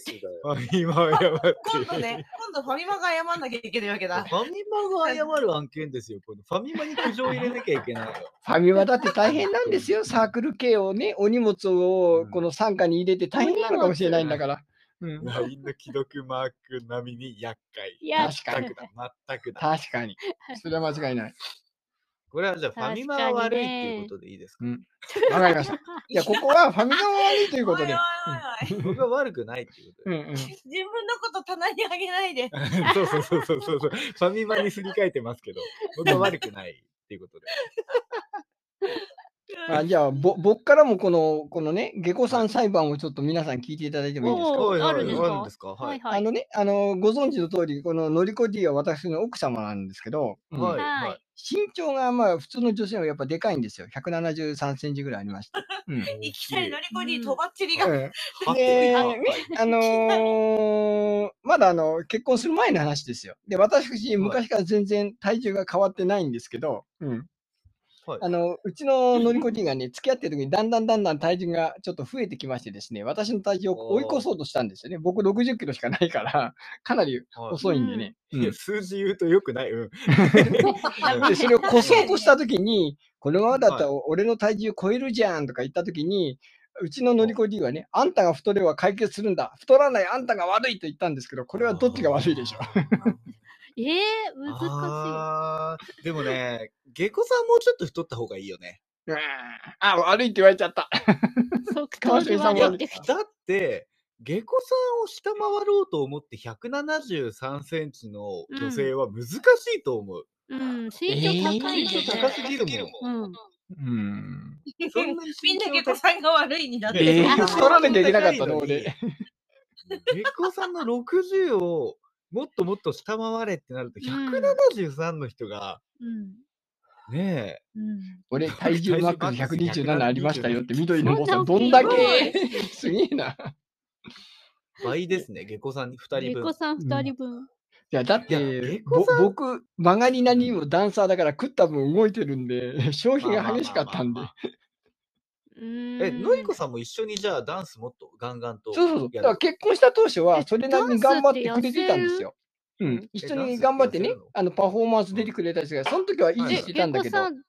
[SPEAKER 4] 今謝って。
[SPEAKER 3] 今度ね、今度ファミマが謝んなきゃいけないわけ
[SPEAKER 4] フ
[SPEAKER 3] だ。
[SPEAKER 4] ァミマが謝る案件ですよ。このファミマに苦情を入れなきゃいけ ないよ。
[SPEAKER 1] ファミマだって大変なんですよ。サークル系をね、お荷物をこの傘下に入れて大変なのかもしれないんだから。うん、
[SPEAKER 4] LINE の既読マーク並みに厄介。
[SPEAKER 5] いや、
[SPEAKER 1] 確かに
[SPEAKER 4] 全くだ。全くだ。
[SPEAKER 1] 確かに。それは間違いない。
[SPEAKER 4] これはじゃあファミマが悪いっていうことでいいですか
[SPEAKER 1] わかりました。いや、ここはファミマが悪いということで。
[SPEAKER 3] おいおいおい
[SPEAKER 4] 僕は悪くないっていうこ
[SPEAKER 1] う
[SPEAKER 4] とで
[SPEAKER 1] んうん、
[SPEAKER 3] 自分のこと棚にあげないで。
[SPEAKER 4] そうそうそうそうそうそう。ファミマにすり替えてます けど、僕は悪くないっていうこと で。
[SPEAKER 1] あじゃあぼ、僕からもこの、このね、下戸さん裁判をちょっと皆さん聞いていただいてもいいですか
[SPEAKER 5] おー
[SPEAKER 4] はいはい
[SPEAKER 5] あるんですか
[SPEAKER 4] あるんですかは
[SPEAKER 5] はい
[SPEAKER 4] い。
[SPEAKER 1] あ
[SPEAKER 5] はい。
[SPEAKER 1] のね、あの、ご存知の通り、こののりこ D は私の奥様なんですけど、うん
[SPEAKER 4] はい
[SPEAKER 5] はい。
[SPEAKER 1] 身長がまあ普通の女性はやっぱでかいんですよ。173センチぐらいありました。うん
[SPEAKER 3] いきなりのりこに
[SPEAKER 5] うん
[SPEAKER 3] とばっちりが。
[SPEAKER 1] うん
[SPEAKER 4] は
[SPEAKER 1] で
[SPEAKER 4] はい
[SPEAKER 1] あのーまだあの、結婚する前の話ですよ。で、私、昔から全然体重が変わってないんですけど、うん
[SPEAKER 4] はい
[SPEAKER 1] あの、うちののりこちんがね、付き合ってる時にだんだんだんだん体重がちょっと増えてきましてですね、私の体重を追い越そうとしたんですよね。僕60キロしかないから、 かなり
[SPEAKER 4] はい
[SPEAKER 1] 細いんでね。
[SPEAKER 4] いや数字言うとよくない。 うん。
[SPEAKER 1] うんで、それを越そうとした時に、このままだったら俺の体重超えるじゃんとか言った時に、うちののりこ D はね、あんたが太れば解決するんだ。太らないあんたが悪いと言ったんですけど、これはどっちが悪いでしょう。
[SPEAKER 5] えー、難し
[SPEAKER 4] 難しい。でもね、下戸さんもうちょっと太った方がいいよね。
[SPEAKER 1] うわーあ、悪いって言われちゃった。
[SPEAKER 5] い。そうか、
[SPEAKER 1] 川
[SPEAKER 5] 感じ
[SPEAKER 1] 尻さんは
[SPEAKER 5] 悪いって。
[SPEAKER 4] だって、下戸さんを下回ろうと思って173センチの女性は難しいと思う。
[SPEAKER 5] うん、身長高いんで
[SPEAKER 4] 身長
[SPEAKER 5] ね
[SPEAKER 4] 高すぎるもん。
[SPEAKER 1] う
[SPEAKER 5] うん。
[SPEAKER 1] ん。
[SPEAKER 4] そんなに
[SPEAKER 3] みんな下戸さんが悪いになってる。
[SPEAKER 1] え
[SPEAKER 5] ー
[SPEAKER 1] ー、太らなきゃいけなかったの、
[SPEAKER 4] 高い
[SPEAKER 1] 俺。
[SPEAKER 4] に。下戸さんの60をもっともっと下回れってなると、173の人が、
[SPEAKER 5] うん。
[SPEAKER 4] ね
[SPEAKER 5] うん。
[SPEAKER 1] 俺、体重マックス127ありましたよって、緑の坊さん、
[SPEAKER 5] そ
[SPEAKER 1] ど
[SPEAKER 5] ん
[SPEAKER 1] ん
[SPEAKER 5] な
[SPEAKER 1] だ
[SPEAKER 5] 大
[SPEAKER 1] け すげえな。
[SPEAKER 4] え、倍ですね、下戸さんに2人
[SPEAKER 5] 猫
[SPEAKER 4] 分。
[SPEAKER 5] さん二人分。
[SPEAKER 1] いや、だっ
[SPEAKER 4] いや
[SPEAKER 1] て
[SPEAKER 4] 芸、
[SPEAKER 1] ぼ
[SPEAKER 4] 妓さん
[SPEAKER 1] 僕、曲がりなりにもダンサーだから食った分動いてるんで、消費が激しかったんで
[SPEAKER 4] まあまあまあまあまあ。
[SPEAKER 5] え
[SPEAKER 4] え、のりこさんも一緒にじゃあダンスもっとガンガンと。
[SPEAKER 1] そうそうそう。
[SPEAKER 4] や
[SPEAKER 1] だ
[SPEAKER 4] る
[SPEAKER 1] から結婚した当初は、
[SPEAKER 5] え
[SPEAKER 1] それなりに頑張ってくれてたんですよ。う
[SPEAKER 5] る
[SPEAKER 1] ん、一緒
[SPEAKER 4] えダンスっ
[SPEAKER 1] に
[SPEAKER 4] て
[SPEAKER 1] 頑張ってね
[SPEAKER 4] 痩せるの、
[SPEAKER 1] あのパフォーマンス出てくれたんですが、その時は維持してたんだけど、
[SPEAKER 5] さん、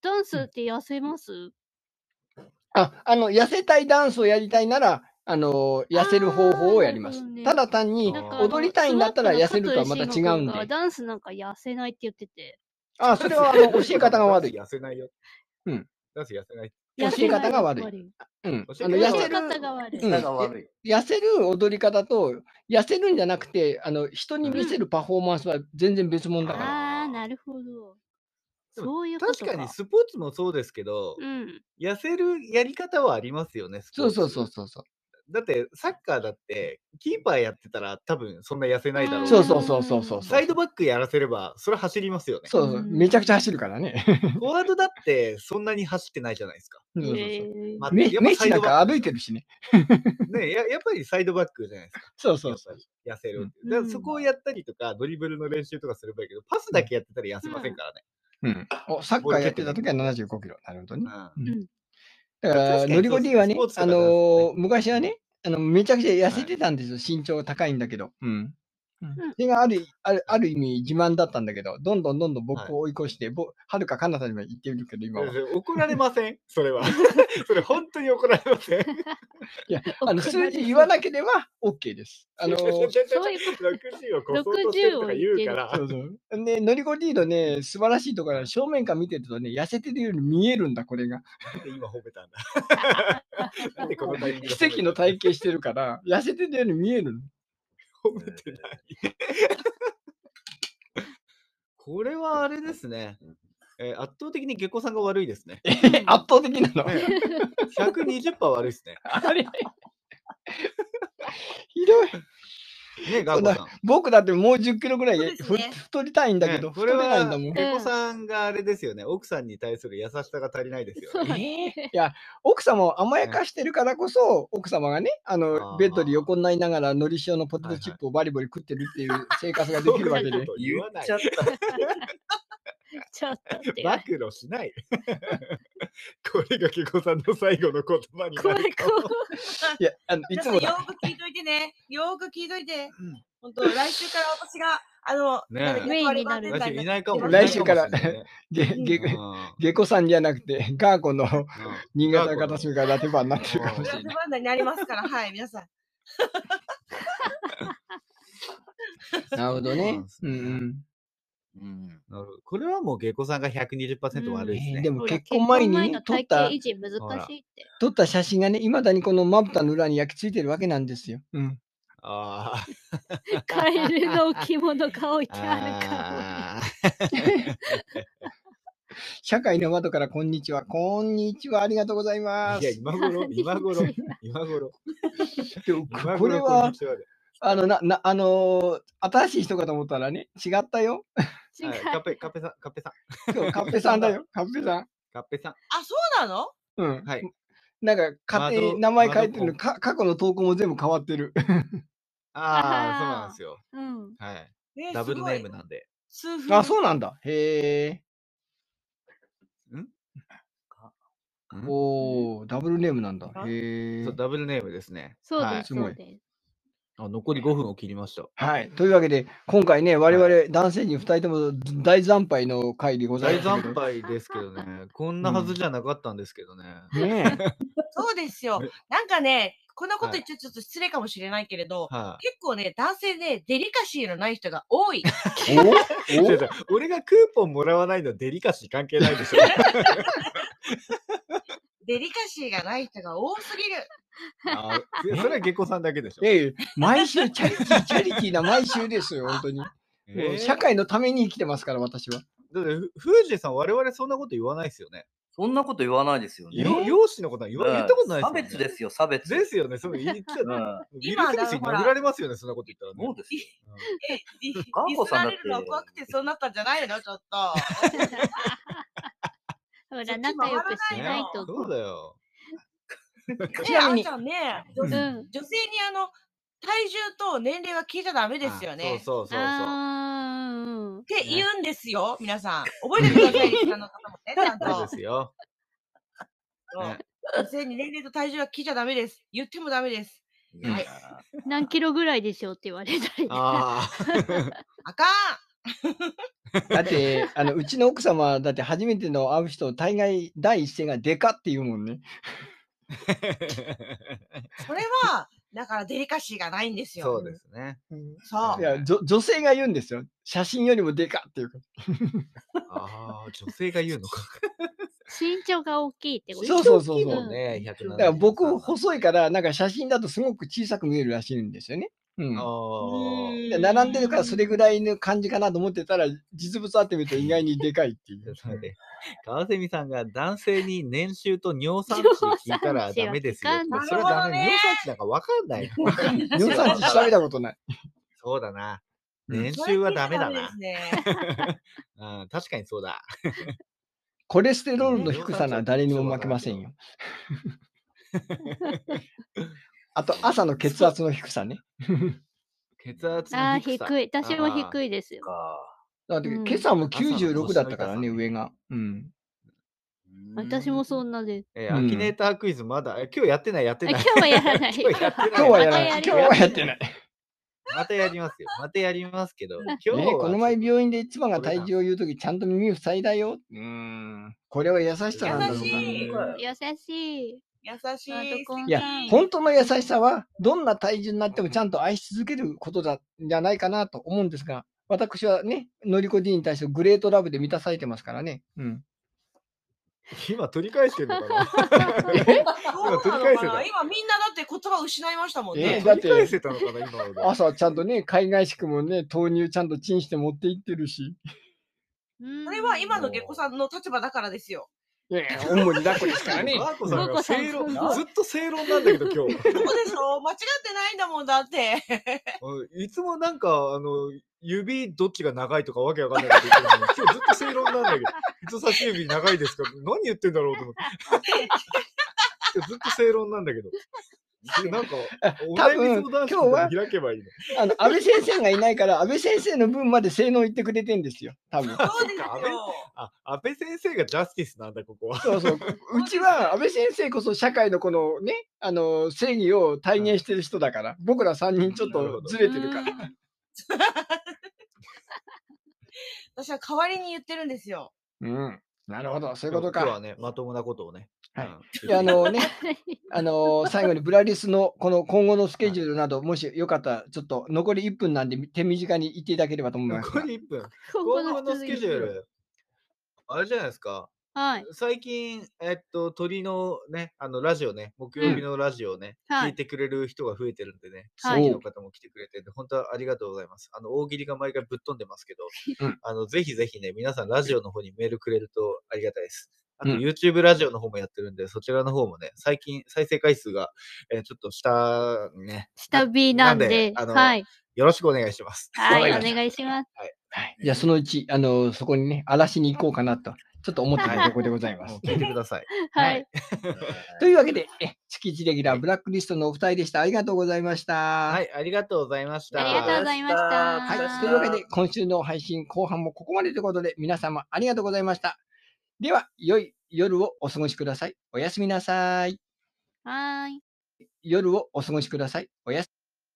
[SPEAKER 5] ダンスって痩せます、
[SPEAKER 1] ああの痩せたいダンスをやりたいなら、あの痩せる方法をやりま
[SPEAKER 5] あ
[SPEAKER 1] す
[SPEAKER 5] ーなるほど。ね
[SPEAKER 1] ただ単に
[SPEAKER 4] あ
[SPEAKER 5] なんか
[SPEAKER 4] 踊
[SPEAKER 1] りたいんだったら痩せるとはまた違うんで
[SPEAKER 5] スマップの加藤慎吾君がダンスなんか痩せないって言ってて。
[SPEAKER 1] あ、それはあ の教え方が悪い。
[SPEAKER 4] 痩せないよ。
[SPEAKER 1] うん。
[SPEAKER 4] 痩せ痩せない。
[SPEAKER 1] 教え方が悪い
[SPEAKER 5] 痩
[SPEAKER 1] うん、
[SPEAKER 4] 教え
[SPEAKER 1] あ
[SPEAKER 4] 方
[SPEAKER 1] の
[SPEAKER 5] せない
[SPEAKER 1] 痩
[SPEAKER 5] 教え
[SPEAKER 1] せる
[SPEAKER 5] 方が悪い。
[SPEAKER 1] うん
[SPEAKER 2] 下が悪い。
[SPEAKER 1] 痩せる踊り方と、痩せるんじゃなくて、あの人に見せるパフォーマンスは全然別物だから。
[SPEAKER 5] ああ、なるほど。
[SPEAKER 4] でも
[SPEAKER 5] そういうこと
[SPEAKER 4] 確
[SPEAKER 5] か。
[SPEAKER 4] かにスポーツもそうですけど、
[SPEAKER 5] うん。
[SPEAKER 4] 痩せるやり方はありますよね。スポ
[SPEAKER 1] そ
[SPEAKER 4] ー
[SPEAKER 1] う
[SPEAKER 4] ツ
[SPEAKER 1] そうそう。そうそう。
[SPEAKER 4] だってサッカーだって、キーパーやってたら多分そんな痩せないだろう。
[SPEAKER 1] そうそうそうそうそう
[SPEAKER 4] サイドバックやらせれば、それ走りますよね。
[SPEAKER 1] そうそう、
[SPEAKER 5] うん
[SPEAKER 1] めちゃくちゃ走るからね。
[SPEAKER 4] フォワードだってそんなに走ってないじゃないですか。
[SPEAKER 1] そうそうそう
[SPEAKER 5] えー
[SPEAKER 4] まあ
[SPEAKER 1] メ
[SPEAKER 4] やっぱ
[SPEAKER 1] メッシなん
[SPEAKER 4] サイドバ
[SPEAKER 1] か
[SPEAKER 4] ック
[SPEAKER 1] 歩いてるしね。
[SPEAKER 4] ねややっぱりサイドバックじゃないですか。
[SPEAKER 1] そうそうそう。
[SPEAKER 4] 痩せるって。
[SPEAKER 5] うん
[SPEAKER 4] だからそこをやったりとか、ドリブルの練習とかすればいいけど、パスだけやってたら痩せませんからね。
[SPEAKER 1] うん、おサッカーやってた時は75キロ。なるほどね。
[SPEAKER 4] うん
[SPEAKER 1] だから、
[SPEAKER 4] 確かに
[SPEAKER 1] ノリゴ D はね
[SPEAKER 4] そうです、ね
[SPEAKER 1] あ
[SPEAKER 4] スポーツとかダンス
[SPEAKER 1] のー
[SPEAKER 4] ね
[SPEAKER 1] 昔はね、あの、めちゃくちゃ痩せてたんですよ。身長高いんだけど。うん。それがある、ある、ある意味自慢だったんだけど、どんどんどんどん僕を追い越して、ぼはるか彼方にまで行ってるけど、今は。
[SPEAKER 4] 怒られませんそ れは。それ本当に怒られません。
[SPEAKER 1] い や、あの、
[SPEAKER 5] 怒ら
[SPEAKER 1] 数
[SPEAKER 5] れる
[SPEAKER 1] 字言わなければ OK です。あのー
[SPEAKER 5] そういうこ
[SPEAKER 4] 60を越そうとしてるとか言うから。
[SPEAKER 1] そうそう。で、ノリゴ D のね、素晴らしいところは正面から見てるとね、痩せてるように見えるんだ、これが。
[SPEAKER 4] なんで今褒めたんだ。 なんでこのタイミングで
[SPEAKER 1] 奇跡の体型してるから、痩せてるように見えるの。
[SPEAKER 4] 褒 めてない。これはあれですね。えー圧倒的に下戸さんが悪いですね。
[SPEAKER 1] え圧倒的なの。
[SPEAKER 4] ね120%悪いですね。
[SPEAKER 1] あれ ひどい。
[SPEAKER 4] ねガーゴさん。
[SPEAKER 1] 僕だってもう10キロぐらい、
[SPEAKER 3] そうです
[SPEAKER 1] ふ
[SPEAKER 3] ね
[SPEAKER 1] 太りたいんだけど、
[SPEAKER 4] ね
[SPEAKER 1] 太
[SPEAKER 4] これ
[SPEAKER 1] れない
[SPEAKER 4] は
[SPEAKER 1] んだもん。
[SPEAKER 4] 下戸さんがあれですよね。奥さんに対する優しさが足りないですよね。
[SPEAKER 5] そうだね。
[SPEAKER 1] いや、奥様を甘やかしてるからこそ、奥様がね、あ
[SPEAKER 4] あ
[SPEAKER 1] の、
[SPEAKER 4] ー
[SPEAKER 1] ベッドに横になりながら、のり塩のポテトチップをバリバリ食ってるっていう生活ができるわけ
[SPEAKER 4] そんな
[SPEAKER 1] で
[SPEAKER 4] こ。と言
[SPEAKER 2] 言
[SPEAKER 4] わな
[SPEAKER 2] っ
[SPEAKER 4] い
[SPEAKER 2] ちゃ。った。
[SPEAKER 5] ちょっとって。
[SPEAKER 4] 暴露しない。 これがけこさんの最後の言葉にな
[SPEAKER 5] 怖い
[SPEAKER 4] るかも
[SPEAKER 5] 怖い。
[SPEAKER 1] いや、あのい
[SPEAKER 3] 皆
[SPEAKER 1] つ
[SPEAKER 3] さん
[SPEAKER 1] も
[SPEAKER 3] よ
[SPEAKER 1] だ。
[SPEAKER 3] く聞いといてね。よく聞いといて
[SPEAKER 4] うん。
[SPEAKER 3] 本当来週から私が、あの、
[SPEAKER 4] ねえ
[SPEAKER 3] なんだっけ
[SPEAKER 5] メインになる
[SPEAKER 3] 役割分担
[SPEAKER 4] 来週いないかも
[SPEAKER 1] 来週から
[SPEAKER 4] いないも
[SPEAKER 1] げ
[SPEAKER 4] しれないね
[SPEAKER 1] げ
[SPEAKER 4] うん
[SPEAKER 1] 下戸さんじゃなくて、ガーコの
[SPEAKER 4] うん
[SPEAKER 1] 新潟片隅からラテバーになってるかもし
[SPEAKER 3] ラ
[SPEAKER 1] れ
[SPEAKER 3] ズ
[SPEAKER 1] ない。
[SPEAKER 3] バンダになりますから、はい、皆さん。
[SPEAKER 1] なるほどね。うんうん。
[SPEAKER 4] なるほどこれはもう下戸さんが120%悪いですね。
[SPEAKER 1] でも
[SPEAKER 5] ほら
[SPEAKER 1] 結婚前に
[SPEAKER 5] 結
[SPEAKER 1] ね
[SPEAKER 5] 婚の
[SPEAKER 1] 撮っ
[SPEAKER 5] 体
[SPEAKER 1] た
[SPEAKER 5] 型維持難しいって。
[SPEAKER 1] 撮った写真がね、いまだにこのまぶたの裏に焼き付いてるわけなんですよ。うん。
[SPEAKER 4] あ
[SPEAKER 5] カエルの置物が置い
[SPEAKER 4] ー
[SPEAKER 5] てある か
[SPEAKER 4] あ
[SPEAKER 1] 社会の窓からこんにちは。こんにちは。ありがとうございま
[SPEAKER 4] ー。いや、
[SPEAKER 1] す。
[SPEAKER 4] 今 頃、今頃
[SPEAKER 5] こんにち、
[SPEAKER 4] 今頃、
[SPEAKER 1] でも
[SPEAKER 4] 今頃
[SPEAKER 1] これ
[SPEAKER 4] こん
[SPEAKER 1] は
[SPEAKER 4] に、ちで
[SPEAKER 1] あの、な、な、あのー新しい人かと思ったらね、違った よ。
[SPEAKER 5] ら。違
[SPEAKER 4] は
[SPEAKER 5] う
[SPEAKER 4] い。カッペ、カッペさん、カッペさん、
[SPEAKER 1] 今日カッペさんだよ。カッペさん。
[SPEAKER 4] カッペさん。
[SPEAKER 3] あ、そうなの
[SPEAKER 1] うん。
[SPEAKER 4] はい。
[SPEAKER 1] なんか、勝手に
[SPEAKER 4] 窓
[SPEAKER 1] 名前変えてる
[SPEAKER 4] 窓
[SPEAKER 1] の、
[SPEAKER 4] コン
[SPEAKER 1] か過去の投稿も全部変わって る。
[SPEAKER 4] ああ、そうなんですよ。
[SPEAKER 5] うん。
[SPEAKER 4] はい。
[SPEAKER 3] ね
[SPEAKER 4] ダブルネーム
[SPEAKER 3] な。
[SPEAKER 4] なんで。
[SPEAKER 3] 数分。
[SPEAKER 1] あ、そうなんだ。へえ。
[SPEAKER 4] ん
[SPEAKER 1] おお、ダブルネームなんだ。へえ
[SPEAKER 4] そう。ダブルネームですね。
[SPEAKER 5] そう
[SPEAKER 1] はい
[SPEAKER 5] です、
[SPEAKER 1] す
[SPEAKER 5] そ
[SPEAKER 1] ごいう
[SPEAKER 5] です。
[SPEAKER 4] あ残り5分を切りました。
[SPEAKER 1] はい。というわけで、今回ね、我々男性に2人とも大惨敗の回でござい
[SPEAKER 4] 大
[SPEAKER 1] ます。
[SPEAKER 4] 惨敗ですけどね、こんなはずじゃなかったんですけどね。
[SPEAKER 1] ね え。
[SPEAKER 3] そう ですよ。なんかね、こんなこと
[SPEAKER 4] はい
[SPEAKER 3] 言っちゃちょっと失礼かもしれないけれど、
[SPEAKER 4] は
[SPEAKER 3] 結構ね、男性ね、デリカシーのない人が多い。
[SPEAKER 4] い。違う違う俺がクーポンもらわないのデリカシー関係ないで しょ。
[SPEAKER 3] デリカシーがない人が多すぎる。
[SPEAKER 4] あーそれは下戸さんだけでしょ。
[SPEAKER 1] ええ、毎週チャリティー、チャリティーな毎週ですよ、本当に。もう
[SPEAKER 4] えー
[SPEAKER 1] 社会のために生きてますから、私は。
[SPEAKER 4] だってふ、フージェさん、我々そんなこと言わないですよね。
[SPEAKER 2] そんなこと言わないですよね。
[SPEAKER 4] よ容姿のことは言わ言ったことない
[SPEAKER 2] 差別
[SPEAKER 4] で
[SPEAKER 2] ですすよ、差別。
[SPEAKER 4] よね。ですよね。その言った
[SPEAKER 2] う
[SPEAKER 4] ら、
[SPEAKER 2] ん。
[SPEAKER 4] ビル・ケルスに殴られますよね、そんなこと言ったらね。
[SPEAKER 2] そうですよ。
[SPEAKER 3] リリ
[SPEAKER 2] ガンコ
[SPEAKER 3] ス
[SPEAKER 2] さん
[SPEAKER 3] ら
[SPEAKER 2] だっ
[SPEAKER 3] れ
[SPEAKER 2] て
[SPEAKER 3] るのは怖くてそうなったんじゃないのちょっと。
[SPEAKER 5] ほ
[SPEAKER 3] そっ
[SPEAKER 5] ら、
[SPEAKER 3] ち
[SPEAKER 5] 仲良くし
[SPEAKER 3] 回ら
[SPEAKER 5] な
[SPEAKER 3] ないいの
[SPEAKER 5] と。
[SPEAKER 4] そうだよ。
[SPEAKER 1] ち
[SPEAKER 3] ね、
[SPEAKER 1] な
[SPEAKER 3] あ
[SPEAKER 1] み
[SPEAKER 3] ん
[SPEAKER 1] に
[SPEAKER 3] ち、ゃんね、
[SPEAKER 5] う
[SPEAKER 3] 女
[SPEAKER 5] ん。
[SPEAKER 3] 性女性にあの、体重と年齢は聞いちゃダメですよね。
[SPEAKER 4] あそうそうそうそう。
[SPEAKER 5] あーうんうん。
[SPEAKER 3] って言うんですよ、皆さん。覚えてください、リスナーの方もね、ちゃん
[SPEAKER 4] そ
[SPEAKER 3] と
[SPEAKER 4] うで。すよ。
[SPEAKER 3] うん
[SPEAKER 4] ね
[SPEAKER 3] 女性に年齢と体重は聞いちゃダメです。言ってもダメです。
[SPEAKER 2] いや
[SPEAKER 3] はい
[SPEAKER 5] 何キロぐらいでしょうって言われたり。
[SPEAKER 4] ああ。
[SPEAKER 3] あかん
[SPEAKER 1] だって、あの、うちの奥様、だって初めての会う人、大概第一声がデカって言うもんね。
[SPEAKER 3] それは、だからデリカシーがないんですよ。
[SPEAKER 4] そうですね。
[SPEAKER 3] そう
[SPEAKER 1] いや、じょ女性が言うんですよ。写真よりもデカっていうか。
[SPEAKER 4] ああ、女性が言うのか。
[SPEAKER 5] 身長が大きいってこと
[SPEAKER 1] そうそうそう
[SPEAKER 5] う
[SPEAKER 1] そ
[SPEAKER 5] ん
[SPEAKER 1] う。
[SPEAKER 4] ね、173
[SPEAKER 1] だから僕、細いから、なんか写真だとすごく小さく見えるらしいんですよね。うん。
[SPEAKER 4] あ
[SPEAKER 1] で並んでるからそれぐらいの感じかなと思ってたら、実物会ってみると意外にでかいってい
[SPEAKER 4] あ。ちょ
[SPEAKER 1] う
[SPEAKER 4] っ。と待って川蝉さんが男性に年収と尿酸値聞いたらダメですよって。
[SPEAKER 5] 尿酸
[SPEAKER 4] そ
[SPEAKER 3] 値は聞かん
[SPEAKER 4] れダ
[SPEAKER 3] なるほど
[SPEAKER 4] メ。
[SPEAKER 3] ね
[SPEAKER 4] 尿酸値なんかわかんない。
[SPEAKER 1] 尿酸値調べたことない。
[SPEAKER 4] そうだな。
[SPEAKER 1] うん
[SPEAKER 4] 年
[SPEAKER 3] それ聞
[SPEAKER 4] 収はい
[SPEAKER 3] ちゃ
[SPEAKER 4] ダメだ
[SPEAKER 3] で
[SPEAKER 4] な
[SPEAKER 3] す。ね。
[SPEAKER 4] うん、確かにそうだ。
[SPEAKER 1] コレステロールの低さなら誰にも負けませんよ。あと、朝の血圧の低さね。
[SPEAKER 4] 血圧
[SPEAKER 5] あ
[SPEAKER 4] の
[SPEAKER 5] あ、
[SPEAKER 4] 低さ。
[SPEAKER 5] 低い。私も
[SPEAKER 4] あー
[SPEAKER 5] 低いですよ。
[SPEAKER 2] か
[SPEAKER 1] だって
[SPEAKER 5] うん
[SPEAKER 1] 今朝も96だったからね、
[SPEAKER 4] 朝の腰の痛さね
[SPEAKER 1] 上が。うん。
[SPEAKER 5] 私もそ
[SPEAKER 4] うん。
[SPEAKER 5] んなです。
[SPEAKER 4] え
[SPEAKER 1] う
[SPEAKER 4] ー、
[SPEAKER 1] ん
[SPEAKER 4] アキネータークイズまだ、え今日やってない、やって
[SPEAKER 5] あ
[SPEAKER 4] な
[SPEAKER 5] 今
[SPEAKER 4] い。
[SPEAKER 5] 日はやらない。
[SPEAKER 4] 今日やってない。
[SPEAKER 1] 今日はやらない。
[SPEAKER 5] ま
[SPEAKER 1] 今
[SPEAKER 5] た
[SPEAKER 1] 日
[SPEAKER 5] やる
[SPEAKER 1] はやってない。
[SPEAKER 4] またやりますよ。またやりますけど。今日は
[SPEAKER 1] ね、この前
[SPEAKER 4] 院。
[SPEAKER 1] 病院でいつもが体重を言うとき、ちゃんと耳塞いだよ。うん。これは優しさなんだろう
[SPEAKER 3] 優
[SPEAKER 1] か。
[SPEAKER 3] しい
[SPEAKER 5] 優しい。
[SPEAKER 3] 優しい。
[SPEAKER 5] い
[SPEAKER 1] いや、本当の優しさは、どんな体重になってもちゃんと愛し続けることだじゃないかなと思うんですが、私はね、のりこ D に対してグレートラブで満たされてますからね。うん。
[SPEAKER 4] 今取り返してるのか な
[SPEAKER 3] そうなの
[SPEAKER 4] 取り返せ
[SPEAKER 3] か
[SPEAKER 4] た
[SPEAKER 3] な今みんなだって言葉失いましたもん
[SPEAKER 1] え
[SPEAKER 3] ね。
[SPEAKER 1] だっ
[SPEAKER 4] 取り返
[SPEAKER 1] て、
[SPEAKER 4] せたのかな今ので
[SPEAKER 1] 朝ちゃんとね、海外しくもね、豆乳ちゃんとチンして持って行ってるし、
[SPEAKER 5] うん
[SPEAKER 3] それは今の下戸さんの立場だからですよ。
[SPEAKER 1] いやいや、おんもりだこですからね。
[SPEAKER 4] マーコさんが正論、
[SPEAKER 5] マーコさん
[SPEAKER 4] ずっと正論なんだけど、 今日。
[SPEAKER 3] そうでしょ間違ってないんだもんだって。
[SPEAKER 4] いつもなんか、あの、指どっちが長いとかわけわかんないこと言ってるのに、今日ずっと正論なんだ けど、人差し指長いですか何言ってんだろうと思って。今日ずっと正論なんだけど。なんか、お
[SPEAKER 1] 多
[SPEAKER 4] 悩
[SPEAKER 1] 分
[SPEAKER 4] み相談室
[SPEAKER 1] 今日は
[SPEAKER 4] でも開けばいいの。
[SPEAKER 1] あの、安倍先生がいないから、安倍先生の分まで性能言ってくれてんですよ。多分。
[SPEAKER 3] そうですよ。
[SPEAKER 4] あ、安倍先生がジャスティスなんだ、ここは。
[SPEAKER 1] そうそう。うちは安倍先生こそ社会のこのね、あの、正義を体現してる人だから、僕ら3人ちょっ
[SPEAKER 4] なるほ
[SPEAKER 1] と
[SPEAKER 4] ど
[SPEAKER 1] ずれてるから。
[SPEAKER 3] 私は代わりに言ってるんですよ。
[SPEAKER 1] うん。なるほど、そういうこと
[SPEAKER 4] 今日は
[SPEAKER 1] か。
[SPEAKER 4] ね、まともなことをね。
[SPEAKER 1] はい
[SPEAKER 4] うん
[SPEAKER 1] いや、あのね、あのー最後にブラリスのこの今後のスケジュールなど、もしよかったら、ちょっと残り1分なんで手短に言っていただければと思います
[SPEAKER 4] 残
[SPEAKER 1] が。
[SPEAKER 4] り1分。
[SPEAKER 5] 今
[SPEAKER 4] 今後のスケジュー
[SPEAKER 5] ル。
[SPEAKER 4] ル。あれじゃないですか。
[SPEAKER 5] はい。
[SPEAKER 4] 最近、えっと、鳥のね、あの、ラジオね、木曜日のラジオね、
[SPEAKER 5] は
[SPEAKER 4] 聞い
[SPEAKER 5] い。
[SPEAKER 4] てくれる人が増えてるんでね、
[SPEAKER 5] はい
[SPEAKER 4] 地域の方も来てくれてて、本当はありがとうございます。あの、大喜利が毎回ぶっ飛んでますけど、
[SPEAKER 1] うん
[SPEAKER 4] あの、ぜひぜひね、皆さんラジオの方にメールくれるとありがたいです。あと、
[SPEAKER 1] うん
[SPEAKER 4] YouTube ラジオの方もやってるんで、そちらの方もね、最近、再生回数が、えーちょっと下、ね、
[SPEAKER 5] 下火なん
[SPEAKER 4] なん
[SPEAKER 5] で
[SPEAKER 4] で、あの
[SPEAKER 5] はい。
[SPEAKER 4] よろしくお願いします。
[SPEAKER 1] わ
[SPEAKER 5] は い、
[SPEAKER 1] かりまし
[SPEAKER 5] お願いします。
[SPEAKER 1] はいじゃあ、そのうち、あのーそこにね、荒らしに行こうかなと、ちょっと思ってたところでございま
[SPEAKER 4] も
[SPEAKER 1] す
[SPEAKER 4] う。聞いてください。
[SPEAKER 5] は。
[SPEAKER 1] はいというわけで、え月一レギュラー、ブラックリストのお二人でした。ありがとうございました。
[SPEAKER 4] は
[SPEAKER 1] はい。
[SPEAKER 4] い、ありがとうございました。
[SPEAKER 5] ありがとうございました
[SPEAKER 1] というわけで、今週の配信後半もここまでということで、皆様ありがとうございました。では、良い夜をお過ごしください。おやすみなさい。
[SPEAKER 5] はーい。
[SPEAKER 1] 夜をお過ごしください。おやす